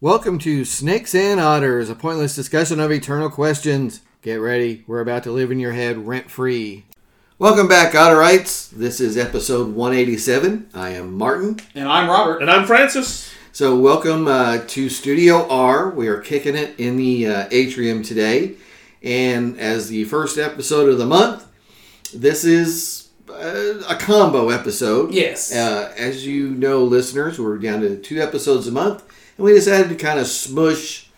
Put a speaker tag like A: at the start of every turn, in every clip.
A: Welcome to Snakes and Otters, a pointless discussion of eternal questions. Get ready, we're about to live in your head rent free. Welcome back, Otterites. This is episode 187. I am Martin.
B: And I'm Robert.
C: And I'm Francis.
A: So, welcome uh, to Studio R. We are kicking it in the uh, atrium today. And as the first episode of the month, this is uh, a combo episode.
B: Yes.
A: Uh, as you know, listeners, we're down to two episodes a month. And we decided to kind of smush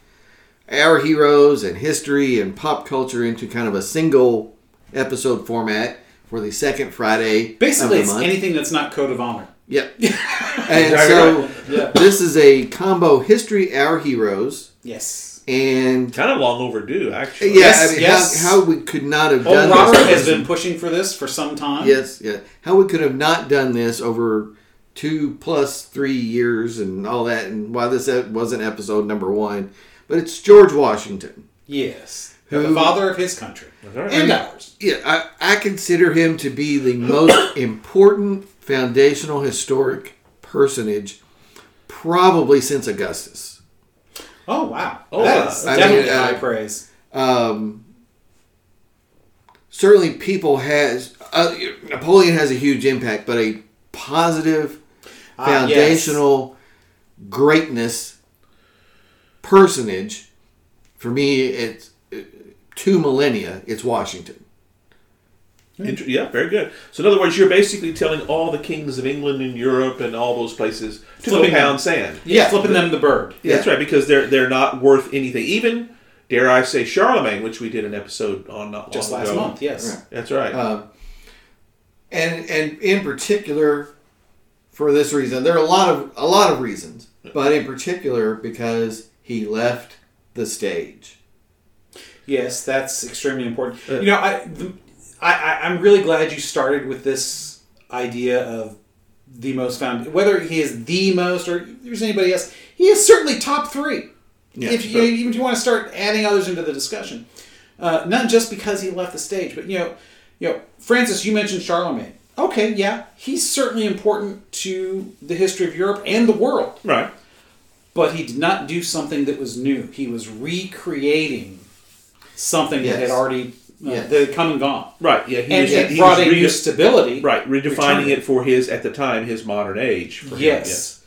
A: our heroes and history and pop culture into kind of a single episode format for the second Friday.
B: Basically,
A: of
B: it's
A: the month.
B: anything that's not Code of Honor.
A: Yep. and
C: Exactly
A: so
C: right.
B: Yeah.
A: this is a combo history our heroes
B: Yes.
A: and
C: Kind of long overdue, actually.
A: yeah,
B: Yes,
A: I mean,
B: yes.
A: How, how we could not have
B: Oh,
A: done
B: Robert
A: this.
B: has been pushing for this for some time.
A: Yes, yeah. How we could have not done this over two plus three years and all that, and why this e- wasn't episode number one, but it's George Washington.
B: Yes.
A: Who-
B: The father of his country
C: That's all right.
B: and ours.
A: Yeah, I, I consider him to be the most important foundational historic personage, probably since Augustus.
B: Oh wow.
C: Oh,
B: that
C: wow.
B: is
A: I mean,
B: definitely
A: uh,
B: high praise.
A: um, certainly people has uh, Napoleon has a huge impact, but a positive,
B: Ah, yes.
A: foundational greatness personage for me. It's uh, two millennia. It's Washington.
C: Inter- yeah, very good. So, in other words, you're basically telling all the kings of England and Europe and all those places to go
B: Flipping them.
C: pound sand.
B: Yeah,
A: yeah,
B: flipping
A: but-
B: them the bird.
C: That's right, because they're they're not worth anything. Even dare I say Charlemagne, which we did an episode on not long
B: Just
C: ago.
B: last month. Yes.
A: Right.
C: That's right.
A: Um, and and in particular, for this reason, there are a lot of a lot of reasons, but in particular because he left the stage.
B: Yes, that's extremely important.
C: Uh,
B: you know, I, the, I, I, I'm really glad you started with this idea of the most found. Whether he is the most or if there's anybody else, he is certainly top three.
A: Yeah,
B: if you,
C: sure.
B: even if you want to start adding others into the discussion, uh, not just because he left the stage, but you know, you know, Francis, you mentioned Charlemagne. Okay, yeah, he's certainly important to the history of Europe and the world
C: right.
B: but he did not do something that was new. He was recreating something that
A: Yes.
B: had already uh,
A: Yes.
B: that had come and gone,
C: Right. Yeah. He
B: and
C: was,
B: it
C: he
B: brought
C: was
B: a new
C: rede-
B: stability.
C: right redefining
B: Return.
C: it for his at the time his modern age.
B: Yes.
C: For him, yes.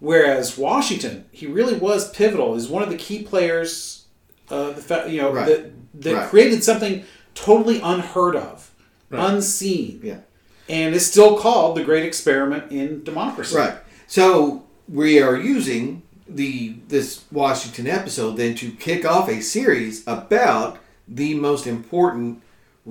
B: Whereas Washington, he really was pivotal. He's one of the key players. Uh, the fa- you know
A: Right.
B: that that
A: Right.
B: created something totally unheard of, unseen,
A: Yeah.
B: and is still called the Great Experiment in Democracy.
A: Right. So we are using the this Washington episode then to kick off a series about the most important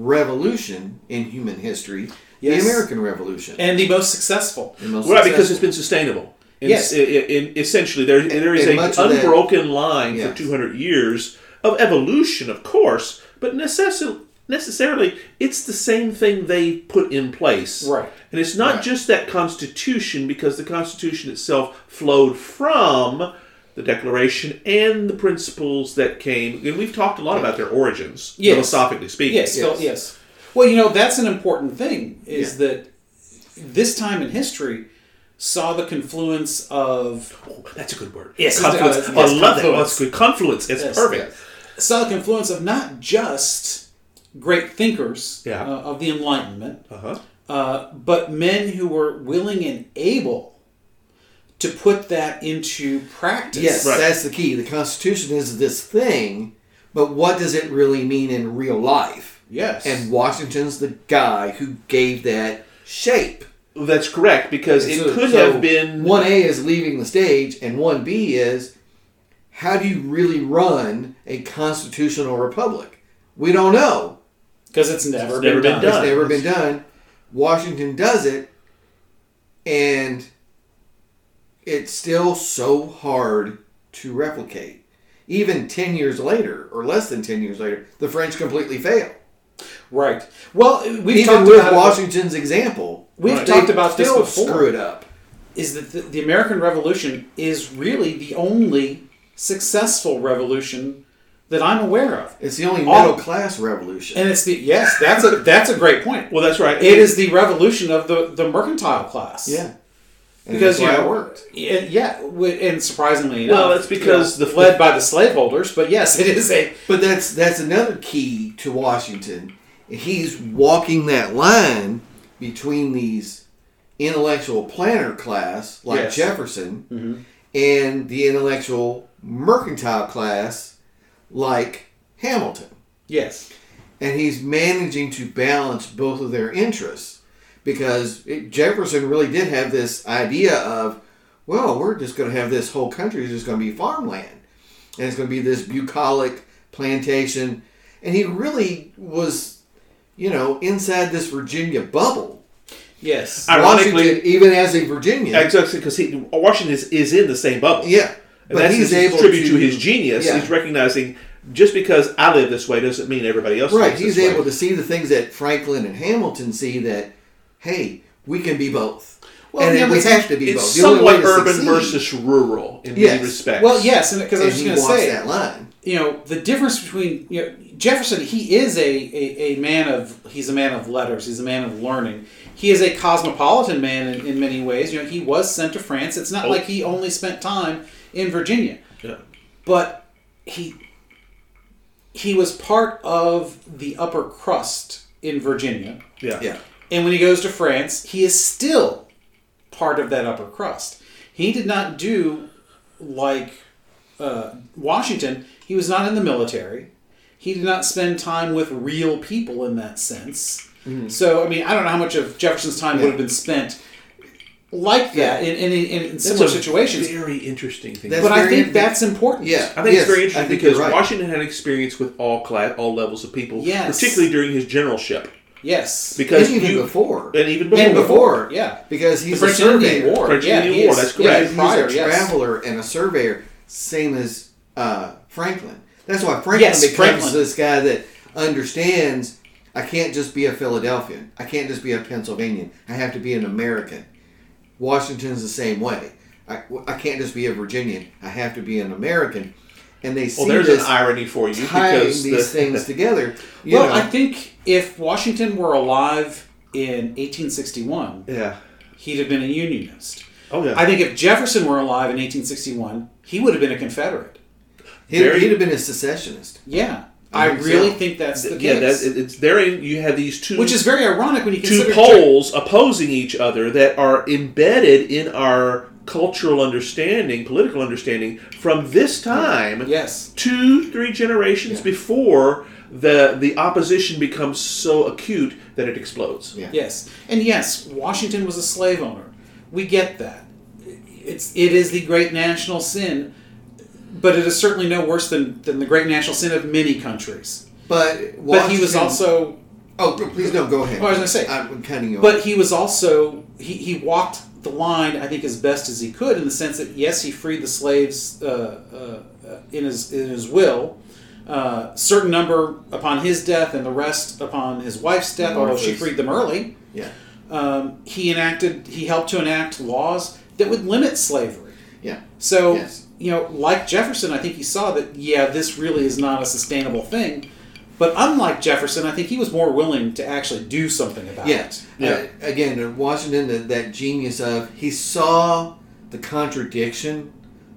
A: revolution in human history,
B: Yes.
A: the American Revolution.
B: and the most successful.
A: The most
C: Right, because it's
A: successful.
C: been sustainable. In,
B: Yes.
C: in, in- essentially, there there is
A: And
C: an
A: much of that-
C: unbroken line
A: Yeah.
C: for 200 years of evolution, of course, but necessarily, necessarily it's the same thing they put in place.
B: Right.
C: And it's not
A: Right.
C: just that Constitution, because the Constitution itself flowed from the Declaration and the principles that came. And we've talked a lot about their origins,
B: Yes.
C: philosophically speaking.
B: Yes, Phil-
A: Yes.
B: yes. Well, you know, that's an important thing is
A: Yeah.
B: that this time in history saw the confluence of
C: Oh, that's a good word.
B: Yes, it's-
C: confluence.
B: uh,
C: Oh, I
B: yes,
C: love that. Oh,
B: confluence.
C: that's good. Confluence. It's
B: Yes,
C: perfect.
B: saw the confluence of not just great thinkers
C: Yeah.
B: uh, of the Enlightenment,
C: Uh-huh.
B: uh, but men who were willing and able to put that into practice.
A: Yes,
C: Right.
A: that's the key. The Constitution is this thing, but what does it really mean in real life?
B: Yes.
A: And Washington's the guy who gave that shape.
C: That's correct because it
A: So-
C: could
A: so
C: have been
A: one A is leaving the stage, and one B is how do you really run a constitutional republic? We don't know.
B: because it's never,
C: It's
B: been,
C: never been
B: done.
A: It's
C: done.
A: never been done. Washington does it, and it's still so hard to replicate. Even ten years later, or less than ten years later, the French completely fail.
B: Right. Well, we've
A: Even
B: talked
A: with
B: about it-
A: Washington's example,
B: We've
A: they
B: talked about this
A: still
B: before.
A: Screw it up.
B: is that the, the American Revolution is really the only successful revolution that I'm aware of.
A: It's the only
B: All-
A: middle class revolution.
B: And it's the yes, that's a that's a great point.
C: Well, that's right.
B: It is the revolution of the, the mercantile class.
A: yeah. And
B: Because,
A: that's why
B: you know-
A: it worked.
B: And yeah, wi- and surprisingly
C: Well,
B: enough,
C: that's because
B: you know,
C: the-
B: led by the slaveholders. But yes, it is a
A: But that's that's another key to Washington. He's walking that line between these intellectual planner class like
B: Yes.
A: Jefferson and the intellectual mercantile class like Hamilton.
B: yes,
A: And he's managing to balance both of their interests because it, Jefferson really did have this idea of, well, we're just going to have this whole country is just going to be farmland and it's going to be this bucolic plantation. And he really was, you know, inside this Virginia bubble.
B: yes.
C: I- Ironically-
A: Washington, even as a Virginian,
C: Exactly, because Washington is, is in the same bubble.
A: yeah,
C: And that's his tribute to, his genius.
A: yeah.
C: He's recognizing just because I live this way doesn't mean everybody else.
A: Right,
C: lives
A: he's
C: this
A: able
C: way.
A: to see the things that Franklin and Hamilton see. That hey, we can be both,
B: Well,
A: and
B: yeah,
A: we
B: but
A: have to be
C: It's
A: both. The only way
C: somewhat
A: to
C: urban
A: succeed-
C: versus rural in
A: Yes.
C: many respects.
B: well, yes, because I
A: and
B: was just
A: he
B: going to
A: walks
B: say,
A: that line.
B: you know, the difference between you know, Jefferson. He is a, a, a man of he's a man of letters. He's a man of learning. He is a cosmopolitan man in, in many ways. You know, he was sent to France. It's not
C: Oh.
B: like he only spent time in Virginia.
C: Yeah.
B: but he he was part of the upper crust in Virginia,
C: Yeah.
A: Yeah,
B: and when he goes to France, he is still part of that upper crust. He did not do like uh, Washington. He was not in the military. He did not spend time with real people in that sense.
C: Mm-hmm.
B: So I mean, I don't know how much of Jefferson's time would have been spent like that in, in, in, in
C: That's
B: similar
C: a
B: situations.
C: Very interesting thing.
A: That's
B: But I
A: very
B: think
A: interesting.
B: that's important.
A: yeah.
C: I think
A: yes,
C: it's very
A: I
C: interesting
A: think
C: because
A: you're right.
C: Washington had experience with all class, all levels of people,
B: Yes.
C: particularly during his generalship.
B: Yes.
C: Because
A: And even
C: you-
A: before.
C: and even before,
B: And
A: before,
B: yeah.
A: because he's
B: French
A: a
B: and Indian
A: surveyor.
B: War.
C: French and
B: yeah,
C: Indian
B: he
C: War,
B: is-
C: that's
A: Yeah,
C: correct.
A: he's
B: prior,
A: a
B: yes.
A: traveler and a surveyor, same as uh, Franklin. That's why Franklin
B: Yes,
A: becomes
B: Franklin.
A: this guy that understands. I can't just be a Philadelphian. I can't just be a Pennsylvanian. I have to be an American. Washington's the same way. I, I can't just be a Virginian. I have to be an American. And they see
C: Well, there's
A: this
C: an irony for you
A: tying
C: because the,
A: these things together. You
B: Well,
A: know,
B: I think if Washington were alive in 1861,
C: yeah,
B: he'd have been a Unionist.
C: oh yeah,
B: I think if Jefferson were alive in 1861, he would have been a Confederate.
A: he'd,
C: very-
A: he'd have been a secessionist.
B: Yeah. I
A: think so.
B: really think that's the
C: Mm-hmm. yeah. That,
B: case.
C: it- it's there. in- You have these two,
B: Which is very ironic when you
C: two
B: consider
C: poles opposing each other that are embedded in our cultural understanding, political understanding from this time.
B: Yes.
C: two, three generations before the the opposition becomes so acute that it explodes.
A: Yeah.
B: Yes. And yes, Washington was a slave owner. We get that. It's it is the great national sin, but it is certainly no worse than, than the great national sin of many countries.
A: But
B: But he was
A: Washington-
B: also
A: Oh, please no, go ahead.
B: Well, I was gonna say-
A: I'm cutting you off.
B: But he was also he, he walked the line, I think, as best as he could, in the sense that yes, he freed the slaves uh, uh, uh, in his in his will. Uh, certain number upon his death, and the rest upon his wife's death. Although she
A: Martha's.
B: freed them early,
A: yeah.
B: um, he enacted he helped to enact laws that would limit slavery.
A: Yeah.
B: So
A: Yes.
B: you know, like Jefferson, I think he saw that yeah, this really is not a sustainable thing. But unlike Jefferson, I think he was more willing to actually do something about
A: Yeah.
B: it.
C: Yeah.
A: Uh, again, uh, Washington, that, that genius of, he saw the contradiction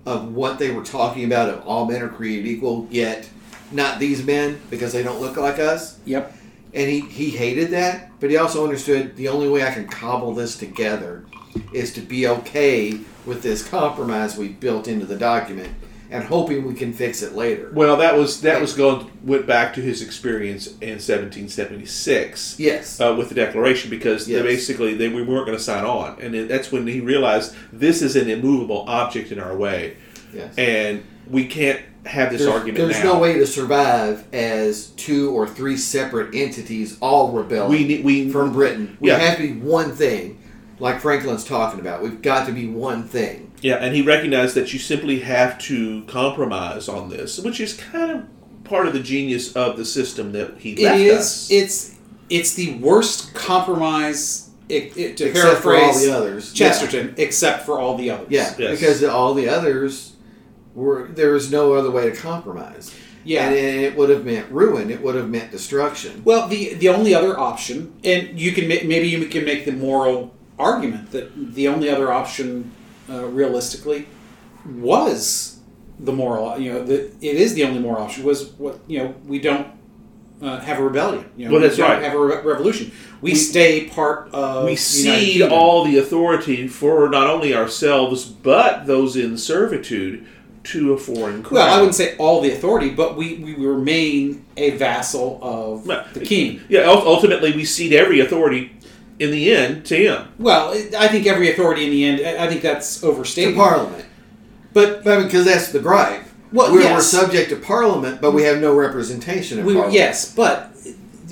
A: of what they were talking about of all men are created equal, yet not these men because they don't look like us.
B: Yep.
A: And he, he hated that, but he also understood the only way I can cobble this together is to be okay with this compromise we built into the document and hoping we can fix it later.
C: Well, that was that was going went back to his experience in 1776
A: Yes.
C: uh, with the Declaration because
A: Yes.
C: they basically they, we weren't going to sign on, and then that's when he realized this is an immovable object in our way,
A: yes.
C: and we can't have this
A: There's,
C: argument.
A: there's
C: now.
A: no way to survive as two or three separate entities all rebelling
C: we need we
A: from Britain. We
C: Yeah.
A: have to be one thing, like Franklin's talking about. We've got to be one thing.
C: Yeah, and he recognized that you simply have to compromise on this, which is kind of part of the genius of the system that he
B: It
C: left
B: is.
C: us.
B: It's it's the worst compromise. It, it, to
A: Except for all
B: paraphrase
A: the others.
B: Chesterton, except for all the others.
A: Yeah, yeah,
C: Yes.
A: because all the others were there was no other way to compromise.
B: Yeah.
A: and it, it would have meant ruin. It would have meant destruction.
B: Well, the the only other option, and you can ma- maybe you can make the moral argument that the only other option, uh, realistically, was the moral. You know, the, it is the only moral option. Was what you know we don't uh, have a rebellion. You know,
C: Well, that's
B: we don't
C: right.
B: Have a re- revolution. We, stay part of.
C: we
B: the United
C: cede
B: Kingdom.
C: all the authority for not only ourselves but those in servitude to a foreign crown.
B: Well, I wouldn't say all the authority, but we, we remain a vassal of
C: Well,
B: the king.
C: Yeah, ul- ultimately we cede every authority in the end to him.
B: Well, it- I think every authority in the end, I I think that's
A: to
B: overstated.
A: Parliament.
B: But
A: But because that's the gripe.
B: Well,
A: we're, we're
B: yes.
A: subject to Parliament, but we have no representation in
B: we,
A: Parliament.
B: yes, but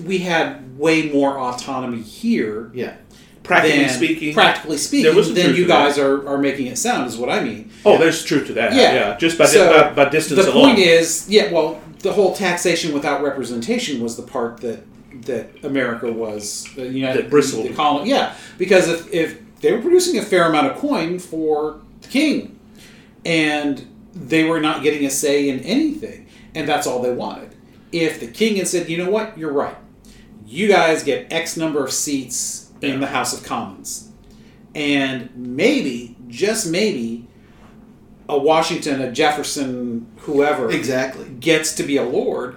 B: we had way more autonomy here.
A: Yeah.
C: Practically
B: than,
C: speaking,
B: practically speaking,
C: there was some
B: than
C: truth
B: you
C: to that.
B: guys are, are making it sound is what I mean.
C: oh, there's truth to that. Yeah,
B: Yeah.
C: just by, di-
B: So,
C: by, by distance
B: the
C: alone.
B: point is, yeah, well, the whole taxation without representation was the part that that America was, uh, you know,
C: That bristled.
B: the colony. Yeah, because if, if they were producing a fair amount of coin for the king, and they were not getting a say in anything, and that's all they wanted. If the king had said, you know what, you're right, you guys get X number of seats in the House of Commons, and maybe, just maybe, a Washington, a Jefferson, whoever
A: Exactly.
B: gets to be a lord,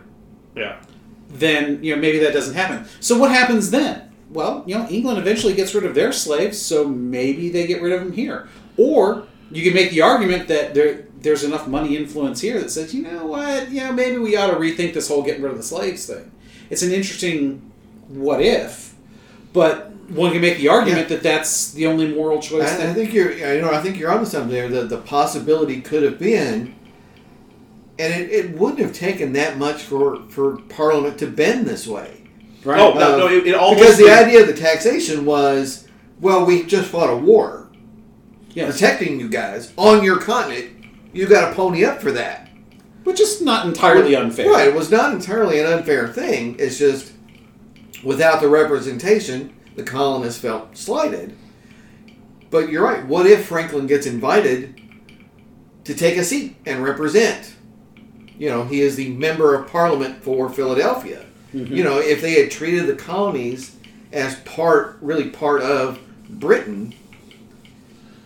C: yeah,
B: then you know maybe that doesn't happen. So what happens then? Well, you know England eventually gets rid of their slaves, so maybe they get rid of them here. Or you can make the argument that there there's enough money influence here that says you know what you know maybe we ought to rethink this whole getting rid of the slaves thing. It's an interesting what if, but one can make the argument that that's the only moral choice. that-
A: I, I think you're, you know, I think you're onto something there. That the possibility could have been, and it, it wouldn't have taken that much for for Parliament to bend this way. Um,
B: right?
C: Oh, no, no, it- it almost
A: because the
C: did.
A: idea of the taxation was, well, we just fought a war,
B: yes.
A: protecting you guys on your continent. You got to pony up for that.
B: which is not entirely unfair.
A: Right. It was not entirely an unfair thing. It's just without the representation, the colonists felt slighted. But you're right. What if Franklin gets invited to take a seat and represent? You know, he is the member of parliament for Philadelphia. You know, if they had treated the colonies as part, really part of Britain,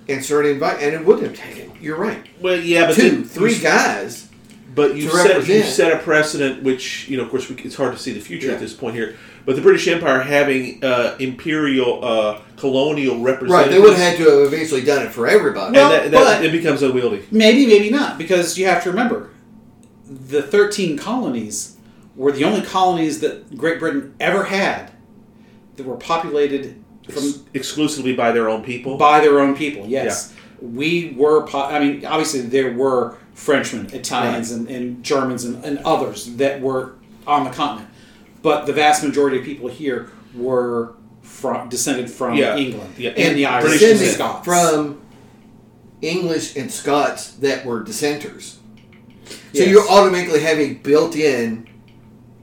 A: and started invite, and it wouldn't have taken. You're right.
C: well, yeah, but
A: Two,
C: then-
A: three guys.
C: But you
A: to
C: set you
A: represent.
C: set a precedent, which you know, of course, we, it's hard to see the future
A: Yeah.
C: at this point here. But the British Empire having uh, imperial uh, colonial representatives,
A: Right, they would have had to have eventually done it for everybody.
B: Well,
C: and that, that,
B: but-
C: it becomes unwieldy.
B: Maybe, maybe not, because you have to remember the 13 colonies were the only colonies that Great Britain ever had that were populated
C: Ex-
B: from
C: exclusively by their own people.
B: by their own people. Yes. We were, po- I mean, obviously there were Frenchmen, Italians, and, and Germans and, and others that were on the continent, but the vast majority of people here were from, descended from
C: Yeah.
B: England
C: Yeah.
B: and the Irish and the
A: descended
B: Scots.
A: from English and Scots that were dissenters. So
B: Yes.
A: you automatically have a built-in,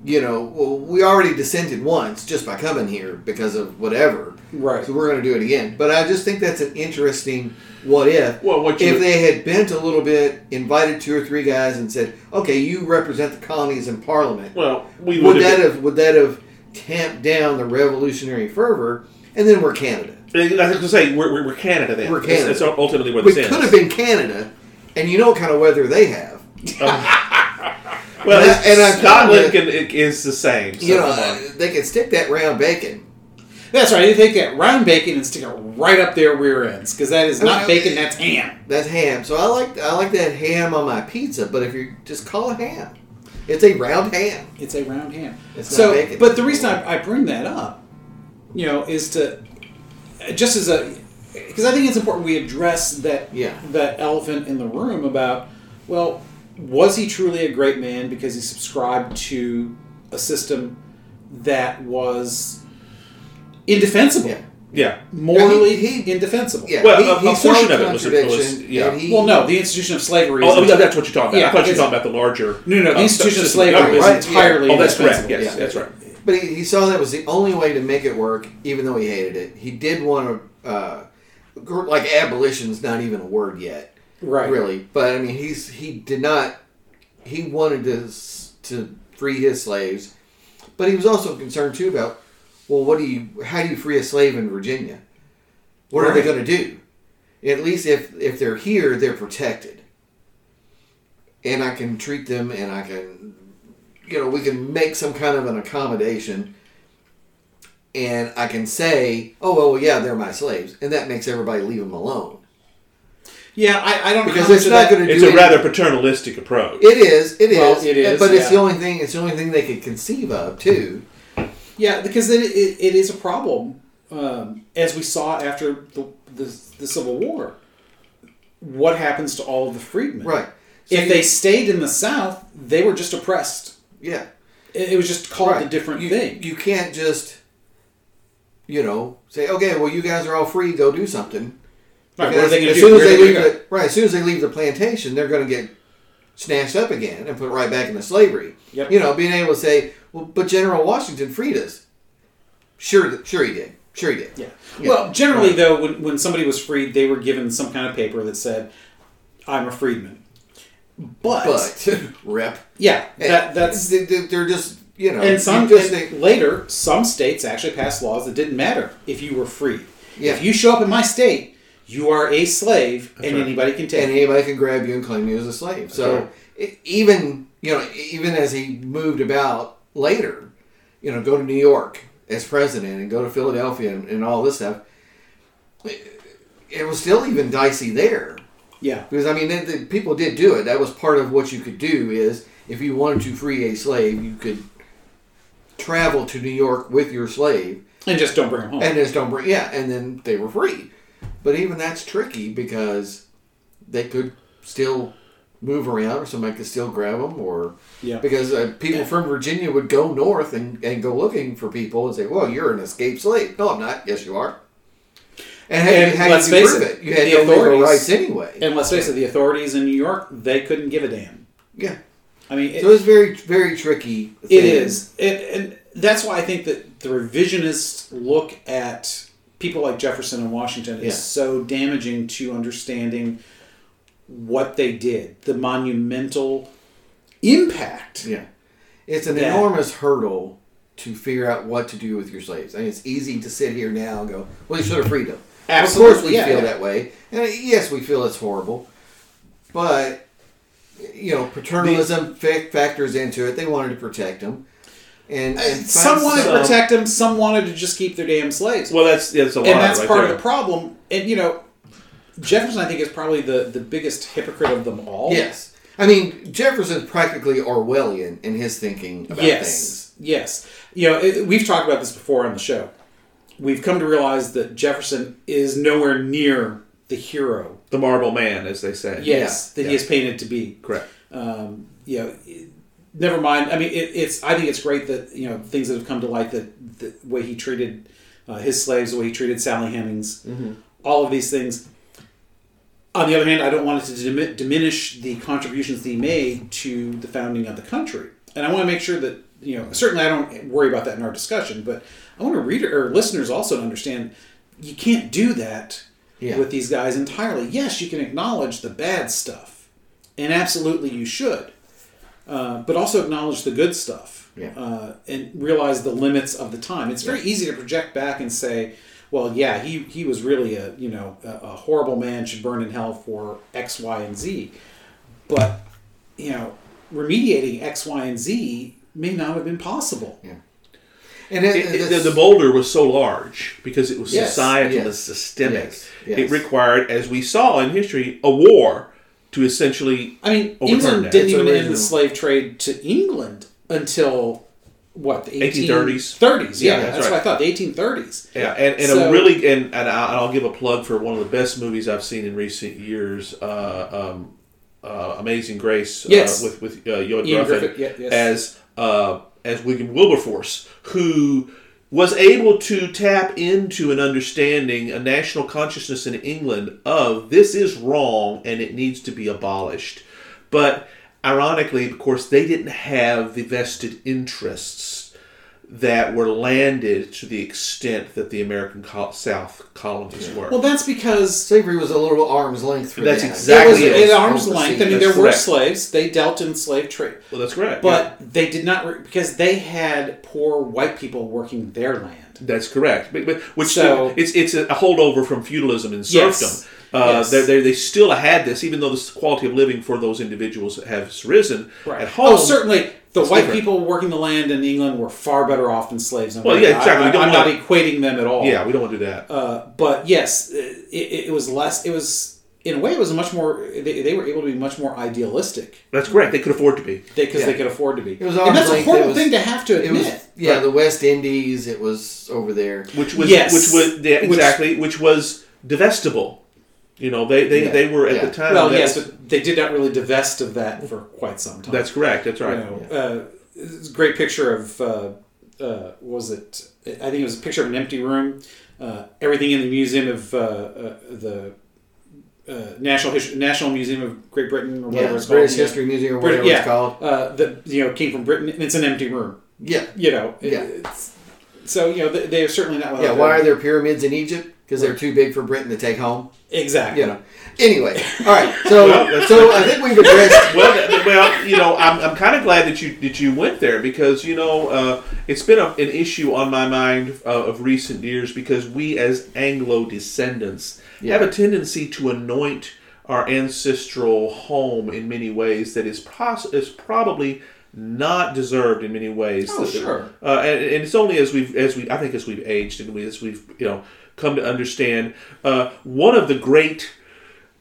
A: you know, well, we already dissented once just by coming here because of whatever.
B: Right.
A: So we're going to do it again. But I just think that's an interesting what if.
C: Well, what you-
A: if they had bent a little bit, invited two or three guys, and said, "Okay, you represent the colonies in Parliament."
C: well, we
A: would
C: would
A: that have would that have tamped down the revolutionary fervor? And then we're Canada.
C: have. I was going to say we're, we're, we're Canada then.
A: We're
C: That's-
A: Canada.
C: That's, ultimately where
A: We
C: this
A: could
C: ends.
A: have been Canada, and you know what kind of weather they have.
C: well, uh,
A: and I- and I'm
C: Scotland
A: telling
C: can, it is the same. So
A: You know,
C: come on.
A: uh, they could stick that round bacon.
B: That's right. You take that round bacon and stick it right up their rear ends because that is not bacon. That's ham.
A: That's ham. So I like I like that ham on my pizza. But if you just call it ham, it's a round ham.
B: It's a round ham.
A: It's not
B: so,
A: bacon.
B: but the reason I, I bring that up, you know, is to just as a because I think it's important we address that
A: Yeah.
B: that elephant in the room about well, was he truly a great man because he subscribed to a system that was indefensible,
A: Yeah.
C: yeah.
B: morally
A: He- he-
B: indefensible.
A: Yeah,
C: Well,
A: he-
C: a- a
A: he saw
C: portion of it was-
A: contradiction,
C: was- yeah.
A: and he-
B: Well, no, the institution of slavery.
C: Oh,
B: is-
C: yeah, that's what you're talking about.
B: Yeah,
C: I thought you were
B: it's-
C: talking about the larger.
B: No,
A: Oh,
B: no,
C: uh,
B: the institution of
C: system
B: slavery
C: government.
B: was
A: Right, yeah.
B: entirely
C: Oh, that's correct.
B: indispensable.
C: Yes,
A: Yeah.
C: that's right.
A: But he, he saw that was the only way to make it work, even though he hated it. He did want to, uh, gr- like abolition's not even a word yet,
B: Right.
A: Really, but I mean, he's he did not. He wanted to s- to free his slaves, but he was also concerned too about, well, what do you? How do you free a slave in Virginia? What are they
C: Right.
A: going to do? At least if if they're here, they're protected, and I can treat them, and I can, you know, we can make some kind of an accommodation, and I can say, oh well, yeah, they're my slaves, and that makes everybody leave them alone
B: Yeah, I, I don't know
A: because
B: how
A: it's
B: much of
A: not
B: that-
A: going to do.
C: It's a
A: any-
C: rather paternalistic approach.
A: It is. It is.
B: Well, it is,
A: But it's the
B: yeah.
A: only thing. It's the only thing they could conceive of too.
B: Yeah, because it, it, it is a problem, um, as we saw after the, the, the Civil War. What happens to all of the freedmen?
A: Right. So
B: if
A: you-
B: they stayed in the South, they were just oppressed.
A: Yeah.
B: It, it was just called a
A: Right.
B: different
A: you,
B: thing.
A: You can't just, you know, say, okay, well, you guys are all free, go do something.
B: right, what are
A: Because
B: they going
A: as
B: to do?
A: soon as
B: Where
A: they
B: do we
A: leave
B: go?
A: the, right, as soon as they leave the plantation, they're going to get snatched up again and put right back into slavery.
B: Yep.
A: You know, being able to say, well, but General Washington freed us. Sure, sure he did. Sure he did.
B: Yeah.
A: Yeah.
B: Well, generally though, when, when somebody was freed, they were given some kind of paper that said, "I'm a freedman." But,
A: But rep,
B: yeah, that, that's
A: they- they- they're just you know,
B: and some
A: you just
B: and
A: think-
B: later some states actually passed laws that didn't matter if you were freed.
A: Yeah.
B: If you show up in my state, you are a slave, and
C: right.
B: anybody can take
A: and
B: you.
A: anybody can grab you and claim you as a slave. So e- even you know, even as he moved about later, you know, go to New York as president and go to Philadelphia and, and all this stuff, it, it was still even dicey there
B: Yeah.
A: because I mean, the, the people did do it. That was part of what you could do is if you wanted to free a slave, you could travel to New York with your slave
B: And just don't bring them home.
A: and just don't bring yeah, and then they were free. But even that's tricky because they could still move around, or somebody could still grab them, or
B: yeah.
A: because uh, people from Virginia would go north and, and go looking for people and say, "Well, you're an escaped slave." No, I'm not. Yes, you are. And, how
B: And
A: you- how
B: let's
A: you
B: face
A: prove
B: it,
A: it, you had
B: the
A: no legal
B: authorities-
A: rights anyway.
B: And let's face it, the authorities in New York, they couldn't give a damn.
A: yeah,
B: I mean, it,
A: so it's very very tricky.
B: it
A: thing.
B: is. It, and that's why I think that the revisionist look at people like Jefferson and Washington is
A: Yeah.
B: so damaging to understanding what they did, the monumental impact.
A: Yeah. It's an
B: Yeah.
A: enormous hurdle to figure out what to do with your slaves. I mean, it's easy to sit here now and go, well, you should have freed them.
B: Absolutely,
A: Of course we
B: yeah,
A: feel
B: yeah.
A: that way. And uh, yes, we feel it's horrible. But, you know, paternalism fa- factors into it. They wanted to protect them. And, and find
B: Some wanted
A: some-
B: to Uh, protect them, some wanted to just keep their damn slaves.
C: Well, that's that's a lot.
B: and that's
C: right
B: part
C: there.
B: of the problem. And, you know, Jefferson, I think, is probably the, the biggest hypocrite of them all.
A: Yes. I mean, Jefferson's practically Orwellian in his thinking about things.
B: yes, Yes. You know, it, we've talked about this before on the show. We've come to realize that Jefferson is nowhere near the hero.
C: the marble man, as they say.
B: Yes,
A: Yeah,
B: that
A: yeah.
B: he is painted to be.
C: correct.
B: Um, you know, it- never mind. I mean, it, it's. I think it's great that you know things that have come to light. That the way he treated uh, his slaves, the way he treated Sally Hemings, all of these things. On the other hand, I don't want it to dimi- diminish the contributions that he made to the founding of the country, and I want to make sure that you know. Certainly, I don't worry about that in our discussion, but I want to read or listeners also to understand you can't do that
A: Yeah.
B: with these guys entirely. Yes, you can acknowledge the bad stuff, and absolutely you should, uh, but also acknowledge the good stuff
A: Yeah.
B: uh, and realize the limits of the time. It's very easy to project back and say, "Well, yeah, he he was really a you know a, a horrible man should burn in hell for X, Y, and Z," but you know remediating X, Y, and Z may not have been possible.
A: And it,
C: It- it- the,
A: that's-
C: the boulder was so large because it was
B: Yes,
C: societal
A: yes,
C: and systemic.
A: yes, yes.
C: It required, as we saw in history, a war to essentially.
B: I mean,
C: overturn
B: England
C: that.
B: didn't
A: It's
B: even end
A: original.
B: the slave trade to England until what the
C: 1830s?
B: 30s. Yeah,
C: Yeah,
B: that's,
C: that's
B: what I
C: right.
B: thought. The 1830s.
C: Yeah, and, and
B: So-
C: a really and and, I, and I'll give a plug for one of the best movies I've seen in recent years, uh, um, uh, Amazing Grace.
B: Yes.
C: Uh, with with uh, Ewan
B: Ian
C: Griffin,
B: Griffith, yeah, yes.
C: as uh, as William Wilberforce, who was able to tap into an understanding, a national consciousness in England of this is wrong and it needs to be abolished. But ironically, of course, they didn't have the vested interests that were landed to the extent that the American col- South colonies were.
B: Well, that's because
A: Slavery was a little arm's length for
C: That's
A: that.
B: It was
C: exactly it.
B: at arm's length. I mean, there
C: That's
B: were
C: correct.
B: slaves. They dealt in slave trade,
C: Well, that's correct.
B: but they did not re- because they had poor white people working their land.
C: That's correct. But, but which
B: So-
C: it's it's a holdover from feudalism and serfdom.
B: Yes.
C: Uh,
B: Yes.
C: they they they still had this, even though the quality of living for those individuals has risen at home.
B: Oh, certainly. The white
C: different.
B: people working the land in England were far better off than slaves. in
C: Well,
B: America.
C: yeah, exactly. We
B: I,
C: don't
B: am not
C: want-
B: equating them at all.
C: Yeah, we don't want to do that.
B: Uh, but yes, it, it it was less. It was in a way, it was much more. They, they were able to be much more idealistic
C: That's correct. They could afford to be.
B: because
A: Yeah.
B: they could afford to be.
A: was
B: and that's
A: arm's
B: a
A: length.
B: horrible
A: It was-
B: thing to have to
A: It
B: admit.
A: was yeah,
C: Right.
A: the West Indies. It was over there.
C: which was
B: Yes.
C: which was yeah,
B: Which-
C: exactly which, was divestible. You know, they they,
A: Yeah.
C: they were at
A: Yeah.
C: the time.
B: well,
C: that's,
B: yes, but they did not really divest of that for quite some time.
C: that's correct. That's
B: you
C: right.
B: know, uh, it's a great picture of uh, uh, what was it? I think it was a picture of an empty room. Uh, everything in the museum of uh, uh, the uh, National His- National Museum of Great Britain or whatever
A: Yeah,
B: it's called.
A: British
B: yeah.
A: History Museum or
B: Brit-
A: whatever
B: yeah,
A: it's called.
B: Uh, that you know came from Britain, and it's an empty room.
A: Yeah,
B: You know, it-
A: Yeah.
B: it's- so you know they, they are certainly not.
A: yeah. Why are there pyramids in Egypt? Because they're too big for Britain to take home.
B: exactly?
A: You know. Anyway, all right. So,
C: Well, that's-
A: so I think we've addressed.
C: well, th- th- well, you know, I'm, I'm kind of glad that you that you went there because you know uh, it's been a, an issue on my mind uh, of recent years because we as Anglo descendants
A: Yeah.
C: have a tendency to anoint our ancestral home in many ways that is pos- is probably not deserved in many ways.
B: Oh,
C: That-
B: sure.
C: uh, and, and it's only as we've as we I think as we've aged and we, as we've you know come to understand uh, one of the great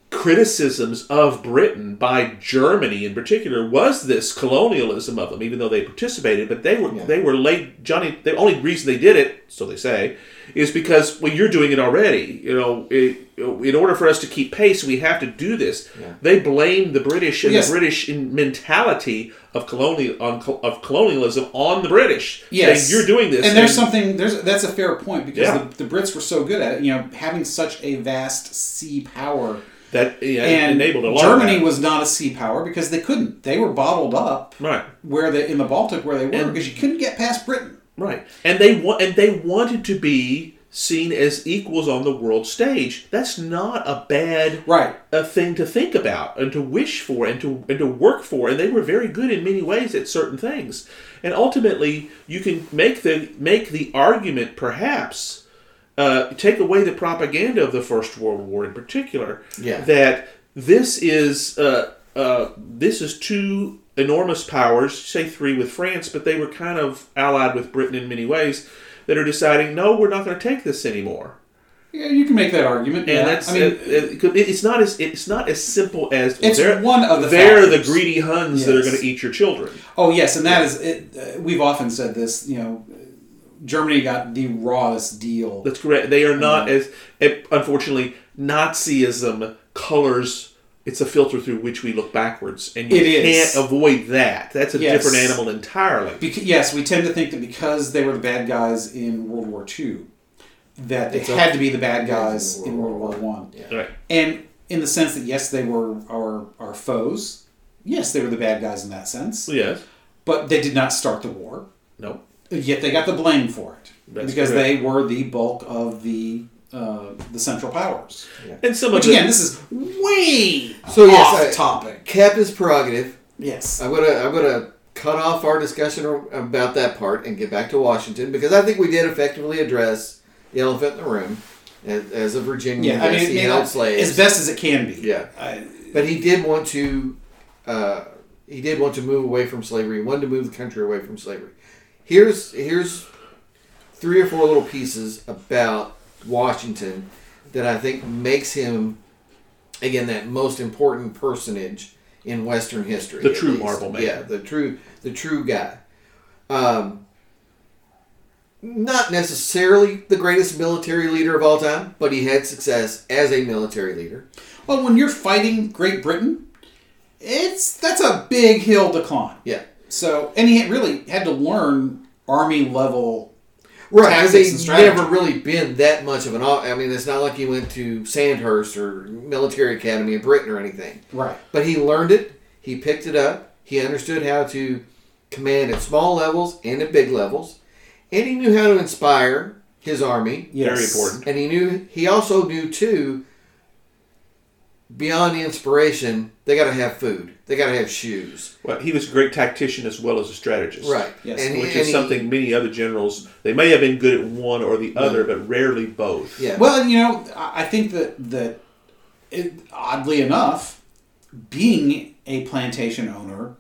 C: criticisms of Britain by Germany in particular was this colonialism of them, even though they participated, but they were
A: Yeah.
C: they were late Johnny the only reason they did it, so they say, is because well you're doing it already. You know, it, in order for us to keep pace, we have to do this. They blame the British and
B: Yes.
C: the British in mentality of colonial on, col- of colonialism on the British.
B: Yes,
C: saying, you're doing this.
B: and there's something there's that's a fair point because
C: Yeah.
B: the, the Brits were so good at it. You know, having such a vast sea power,
C: that yeah,
B: and
C: enabled a lot.
B: Germany
C: of that.
B: was not a sea power because they couldn't. They were bottled up
C: right.
B: where they in the Baltic where they were
C: And-
B: because you couldn't get past Britain.
C: Right. And they want and they wanted to be seen as equals on the world stage. That's not a bad
B: Right.
C: a thing to think about and to wish for and to and to work for and they were very good in many ways at certain things. And ultimately, you can make the make the argument perhaps uh, take away the propaganda of the First World War in particular
A: Yeah.
C: that this is uh, uh, this is two enormous powers, say three with France, but they were kind of allied with Britain in many ways, that are deciding no, we're not going to take this anymore.
B: Yeah, you can make that argument.
C: And
B: yeah.
C: that's
B: I mean,
C: it- it- it- it's not as it's not as simple as well,
B: It's
C: they're-
B: one of the
C: they're
B: factors.
C: the greedy Huns that are
B: Yes.
C: going to eat your children.
B: oh yes, and that is it. Uh, we've often said this. You know, Germany got the rawest deal.
C: That's correct. They are not
B: Mm-hmm.
C: as it- unfortunately Nazism colors. It's a filter through which we look backwards, and you
B: It is.
C: can't avoid that. That's a
B: Yes.
C: different animal entirely.
B: Bec- yes, we tend to think that because they were the bad guys in World War II, that they
A: It's
B: had
A: a-
B: to be the bad guys in World War One.
A: Yeah.
C: Right.
B: And in the sense that yes, they were our our foes. Yes, they were the bad guys in that sense,
C: Yes.
B: but they did not start the war.
C: No.
B: Yet they got the blame for it
C: That's
B: because
C: correct.
B: they were the bulk of the uh, the Central Powers.
C: And some
B: Which
C: of the,
B: again, this is way
A: So,
B: off
A: yes, I-
B: topic.
A: Cap is prerogative.
B: Yes.
A: I'm gonna I'm gonna cut off our discussion about that part and get back to Washington because I think we did effectively address the elephant in the room as, as a Virginian.
B: yeah, I mean,
A: yes, he
B: you know,
A: held
B: as
A: slaves,
B: best as it can be.
A: Yeah.
B: I,
A: but he did want to uh, he did want to move away from slavery. He wanted to move the country away from slavery. Here's here's three or four little pieces about Washington that I think makes him again that most important personage in Western history.
C: The
A: at
C: true marble maker.
A: Yeah, the true the true guy. Um, not necessarily the greatest military leader of all time, but he had success as a military leader.
B: Well, when you're fighting Great Britain, it's that's a big hill to climb.
A: Yeah.
B: So, and he really had to learn army level.
A: Right, because
B: tactics and
A: they've
B: strategy.
A: never really been that much of an. o- I mean, it's not like he went to Sandhurst or military academy in Britain or anything.
B: Right.
A: But he learned it. He picked it up. He understood how to command at small levels and at big levels, and he knew how to inspire his army.
B: Yes.
C: Very important.
A: And he knew he also knew too. Beyond the inspiration, they got to have food. They got to have shoes.
C: Well, he was a great tactician as well as a strategist.
A: Right.
B: Yes,
A: And he-
C: Which
A: and
C: is
A: he-
C: something many other generals, they may have been good at one or the other, but rarely both.
A: Yeah.
B: Well, you know, I I think that that it, oddly enough, being a plantation owner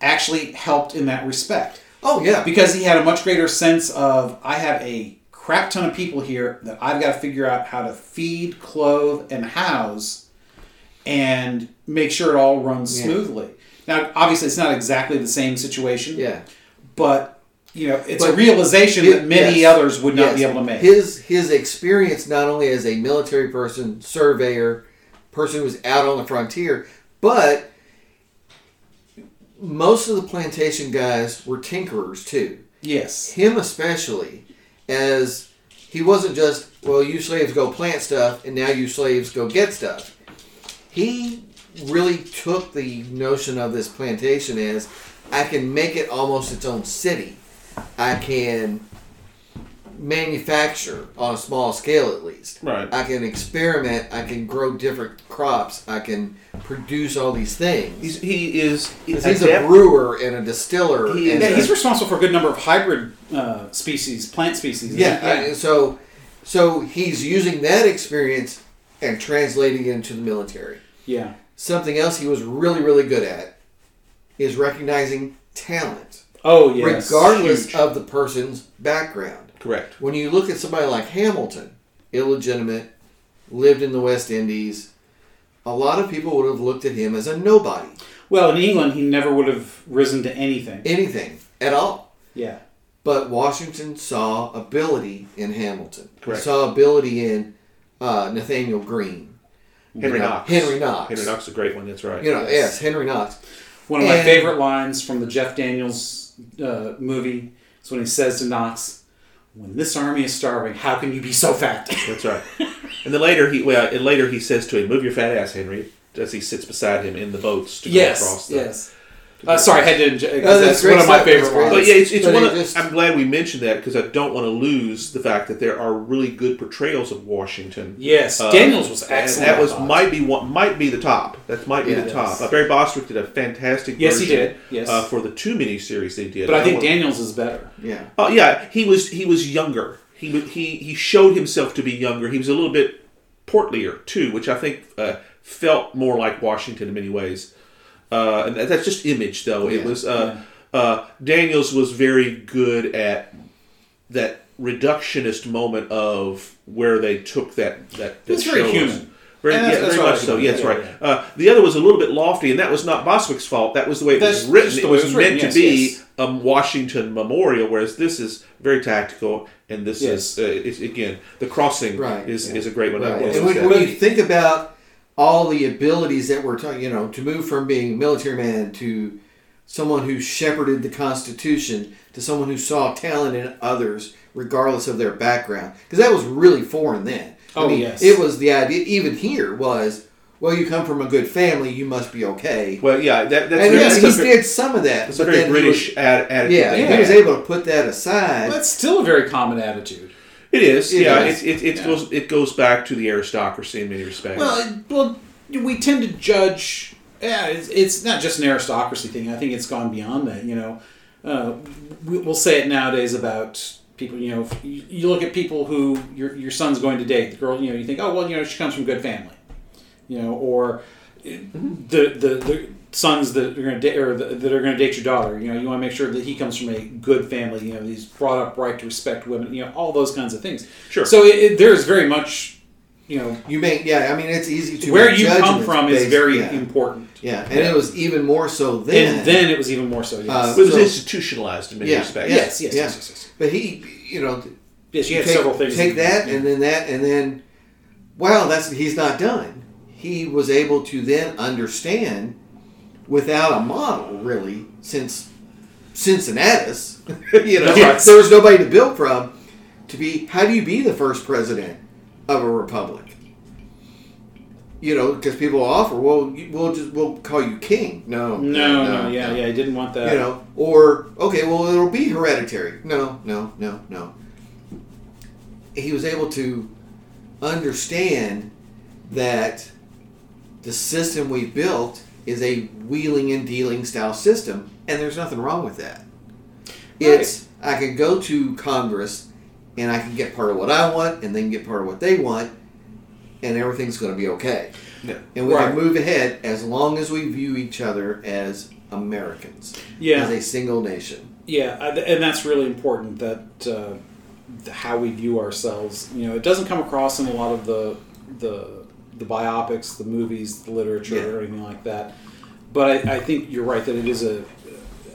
B: actually helped in that respect
A: oh yeah.
B: because he had a much greater sense of I have a crap ton of people here that I've got to figure out how to feed, clothe, and house, and make sure it all runs
A: Yeah.
B: smoothly. Now, obviously, it's not exactly the same situation,
A: yeah.
B: but you know, it's a
A: But-
B: realization that many
A: Yes.
B: others would not
A: Yes.
B: be able to make.
A: His his experience not only as a military person, surveyor, person who was out on the frontier, but most of the plantation guys were tinkerers too.
B: yes.
A: Him especially, as he wasn't just well, you slaves go plant stuff, and now you slaves go get stuff. He really took the notion of this plantation as I can make it almost its own city. I can manufacture on a small scale at least.
C: Right.
A: I can experiment, I can grow different crops, I can produce all these things.
C: He's, he is.
A: 'Cause He's a
C: adept-
A: brewer and a distiller.
C: He-
A: and
B: Yeah,
A: a-
B: he's responsible for a good number of hybrid uh, species, plant species.
A: yeah, I- so so he's using that experience and translating it into the military.
B: yeah.
A: Something else he was really really good at is recognizing talent
B: Oh, yes.
A: regardless
C: Huge.
A: of the person's background.
C: Correct.
A: When you look at somebody like Hamilton, illegitimate, lived in the West Indies, a lot of people would have looked at him as a nobody,
B: Well, in England, he never would have risen to anything.
A: anything at all.
B: Yeah.
A: But Washington saw ability in Hamilton.
C: Correct.
A: Saw ability in uh, Nathaniel Greene.
C: Henry
A: You know,
C: Knox.
A: Henry Knox.
C: Henry Knox is a great one. That's right.
A: You know, yes,
B: Yes.
A: Henry Knox.
B: One of my
A: And-
B: favorite lines from the Jeff Daniels uh, movie is when he says to Knox, "When this army is starving, how can you be so fat?"
C: That's right. and then later he well, and later he says to him, "Move your fat ass, Henry," as he sits beside him in the boats to go
B: yes.
C: across. The,
B: Yes. Uh, sorry, I had to. Inj-
A: No, that's
B: that's
A: great
B: one of my
A: stuff.
B: favorite
A: That's great.
B: lines.
C: But yeah, it's, it's
A: But
C: one.
A: it
C: Of,
A: just-
C: I'm glad we mentioned that because I don't want to lose the fact that there are really good portrayals of Washington.
B: Yes,
C: Uh,
B: Daniels was
C: and
B: excellent.
C: That was
B: at that.
C: might be one, might be the top. That might be
A: Yeah.
C: the
B: Yes.
C: top. Uh, Barry Bostwick did a fantastic.
B: Yes, he
C: version,
B: did. Yes.
C: uh, for the two miniseries they did.
B: But I think
C: wanna-
B: Daniels is better.
A: Yeah.
C: Oh yeah, he was he was younger. He wa- he he showed himself to be younger. He was a little bit portlier too, which I think uh, felt more like Washington in many ways. Uh, and that- that's just image though. It
A: Yeah.
C: was uh, uh, Daniels was very good at that reductionist moment of where they took that that. that
B: was very
C: show was-
B: human.
C: Very,
B: And that's-
C: yeah,
B: that's
C: very
B: what I
C: much
B: was
C: so.
B: gonna-
C: Yes,
B: yeah,
C: right. Uh, the other was a little bit lofty, and that was not Bostwick's fault. That was the way it
B: That's
C: was written.
B: just the
C: It
B: way
C: was
B: it was
C: meant
B: written, yes,
C: to be
B: yes.
C: a um, Washington memorial, whereas this is very tactical, and this
B: Yes.
C: is uh, it's, again the crossing
A: Right,
C: is,
A: yeah.
C: is a great one.
A: Right.
C: That was uh,
A: And when,
C: said.
A: when you think about all the abilities that we're talking, you know, to move from being military man to someone who shepherded the Constitution to someone who saw talent in others, regardless of their background, because that was really foreign then.
B: Oh, yes.
A: It was the idea. Even here was, well, you come from a good family, you must be okay.
C: well, yeah, that, that's
A: And
C: very,
A: yes,
C: that's
A: he
C: a very,
A: did some of that.
C: that's a
A: but
C: very
A: then he
C: British ad,
A: was-
C: attitude.
A: yeah,
C: they
A: he was
C: had.
A: able to put that aside.
B: That's still a very common attitude.
C: It is.
A: It
C: yeah,
A: is.
C: it, it, it
B: Yeah.
C: goes it goes back to the aristocracy in many respects.
B: Well, it- well, we tend to judge. Yeah, it's, it's not just an aristocracy thing. I think it's gone beyond that. You know, uh, we, we'll say it nowadays about people. You know, if you, you look at people who your your son's going to date the girl. You know, you think, oh well, you know, she comes from good family. You know, or uh, the the the sons that are going to date or the, that are going to date your daughter. You know, you want to make sure that he comes from a good family. You know, he's brought up right to respect women. You know, all those kinds of things.
C: Sure.
B: So it, it, there is very much. You know,
A: You may, yeah. I mean, it's easy to
B: where
A: make
B: you come
A: judgments
B: from is
A: based-
B: very
A: yeah,
B: important.
A: yeah. And it was even more so then.
B: And then it was even more so. Yes.
A: Uh,
C: it was
A: so-
C: institutionalized in many
A: Yeah,
C: respects.
B: yes, yes, yes,
A: yeah.
B: yes, yes,
A: but he, you know,
B: yes. You had
A: take,
B: several things.
A: Take that, and then that, and then, wow, that's he's not done. He was able to then understand, without a model really, since Cincinnatus, you know,
B: Yes.
A: there was nobody to build from. To be, how do you be the first president of a republic? you know, because people offer, well, you- we'll just we'll call you king. No,
B: No, no, yeah, yeah. I didn't want that.
A: You know, or okay, well, it'll be hereditary. No, no, no, no. He was able to understand that the system we built is a wheeling and dealing style system, and there's nothing wrong with that. It's I can go to Congress and I can get part of what I want, and then get part of what they want, and everything's going to be okay.
C: Yeah.
A: And we
B: Right.
A: can move ahead as long as we view each other as Americans,
B: Yeah.
A: as a single nation.
B: Yeah, I- th- and that's really important that uh, th- how we view ourselves. You know, it doesn't come across in a lot of the the the biopics, the movies, the literature,
A: Yeah.
B: or anything like that. But I, I think you're right that it is a.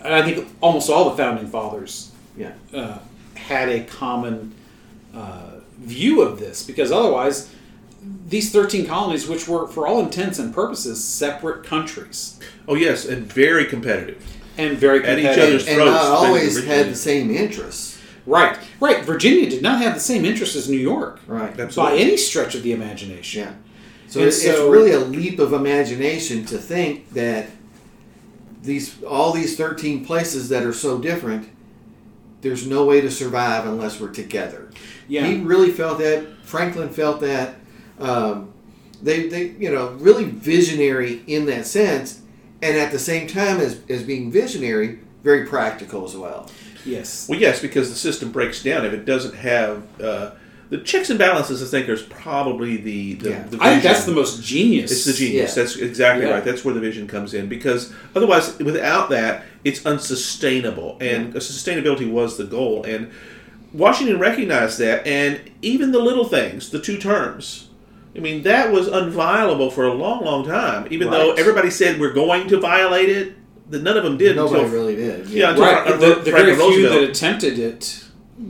B: And I think almost all the founding fathers
A: Yeah.
B: uh, had a common uh, view of this because otherwise, these 13 colonies, which were for all intents and purposes separate countries
C: Oh yes, and very competitive.
B: and very
C: At each
B: competitive,
C: other's
A: And
C: Throats,
A: not
C: they
A: always had
C: originally-
A: the same interests.
B: Right, right. Virginia did not have the same interest as New York
A: Right.
B: by any stretch of the imagination.
A: Yeah. So
B: And
A: it's, it's
B: so-
A: really a leap of imagination to think that these all these 13 places that are so different, there's no way to survive unless we're together.
B: Yeah.
A: He really felt that. Franklin felt that. Um, they, they, you know, really visionary in that sense, and at the same time as, as being visionary, very practical as well.
B: Yes.
C: Well, yes, because the system breaks down if it doesn't have uh, the checks and balances. I think is probably the, the,
A: Yeah.
C: the
B: I think
C: vision.
B: that's the most genius.
C: It's the genius.
A: Yeah.
C: That's exactly
B: Yeah.
C: right. That's where the vision comes in because otherwise, without that, it's unsustainable. And sustainability was the goal. And Washington recognized that. And even the little things, the two terms. I mean, that was unviolable for a long, long time. Even though
B: Right.
C: everybody said we're going to violate it, that none of them did.
A: Nobody
C: until,
A: really did.
C: Yeah, until
B: Right.
C: Fra-
B: The, the very
C: Franklin
B: few
C: Roosevelt.
B: that attempted it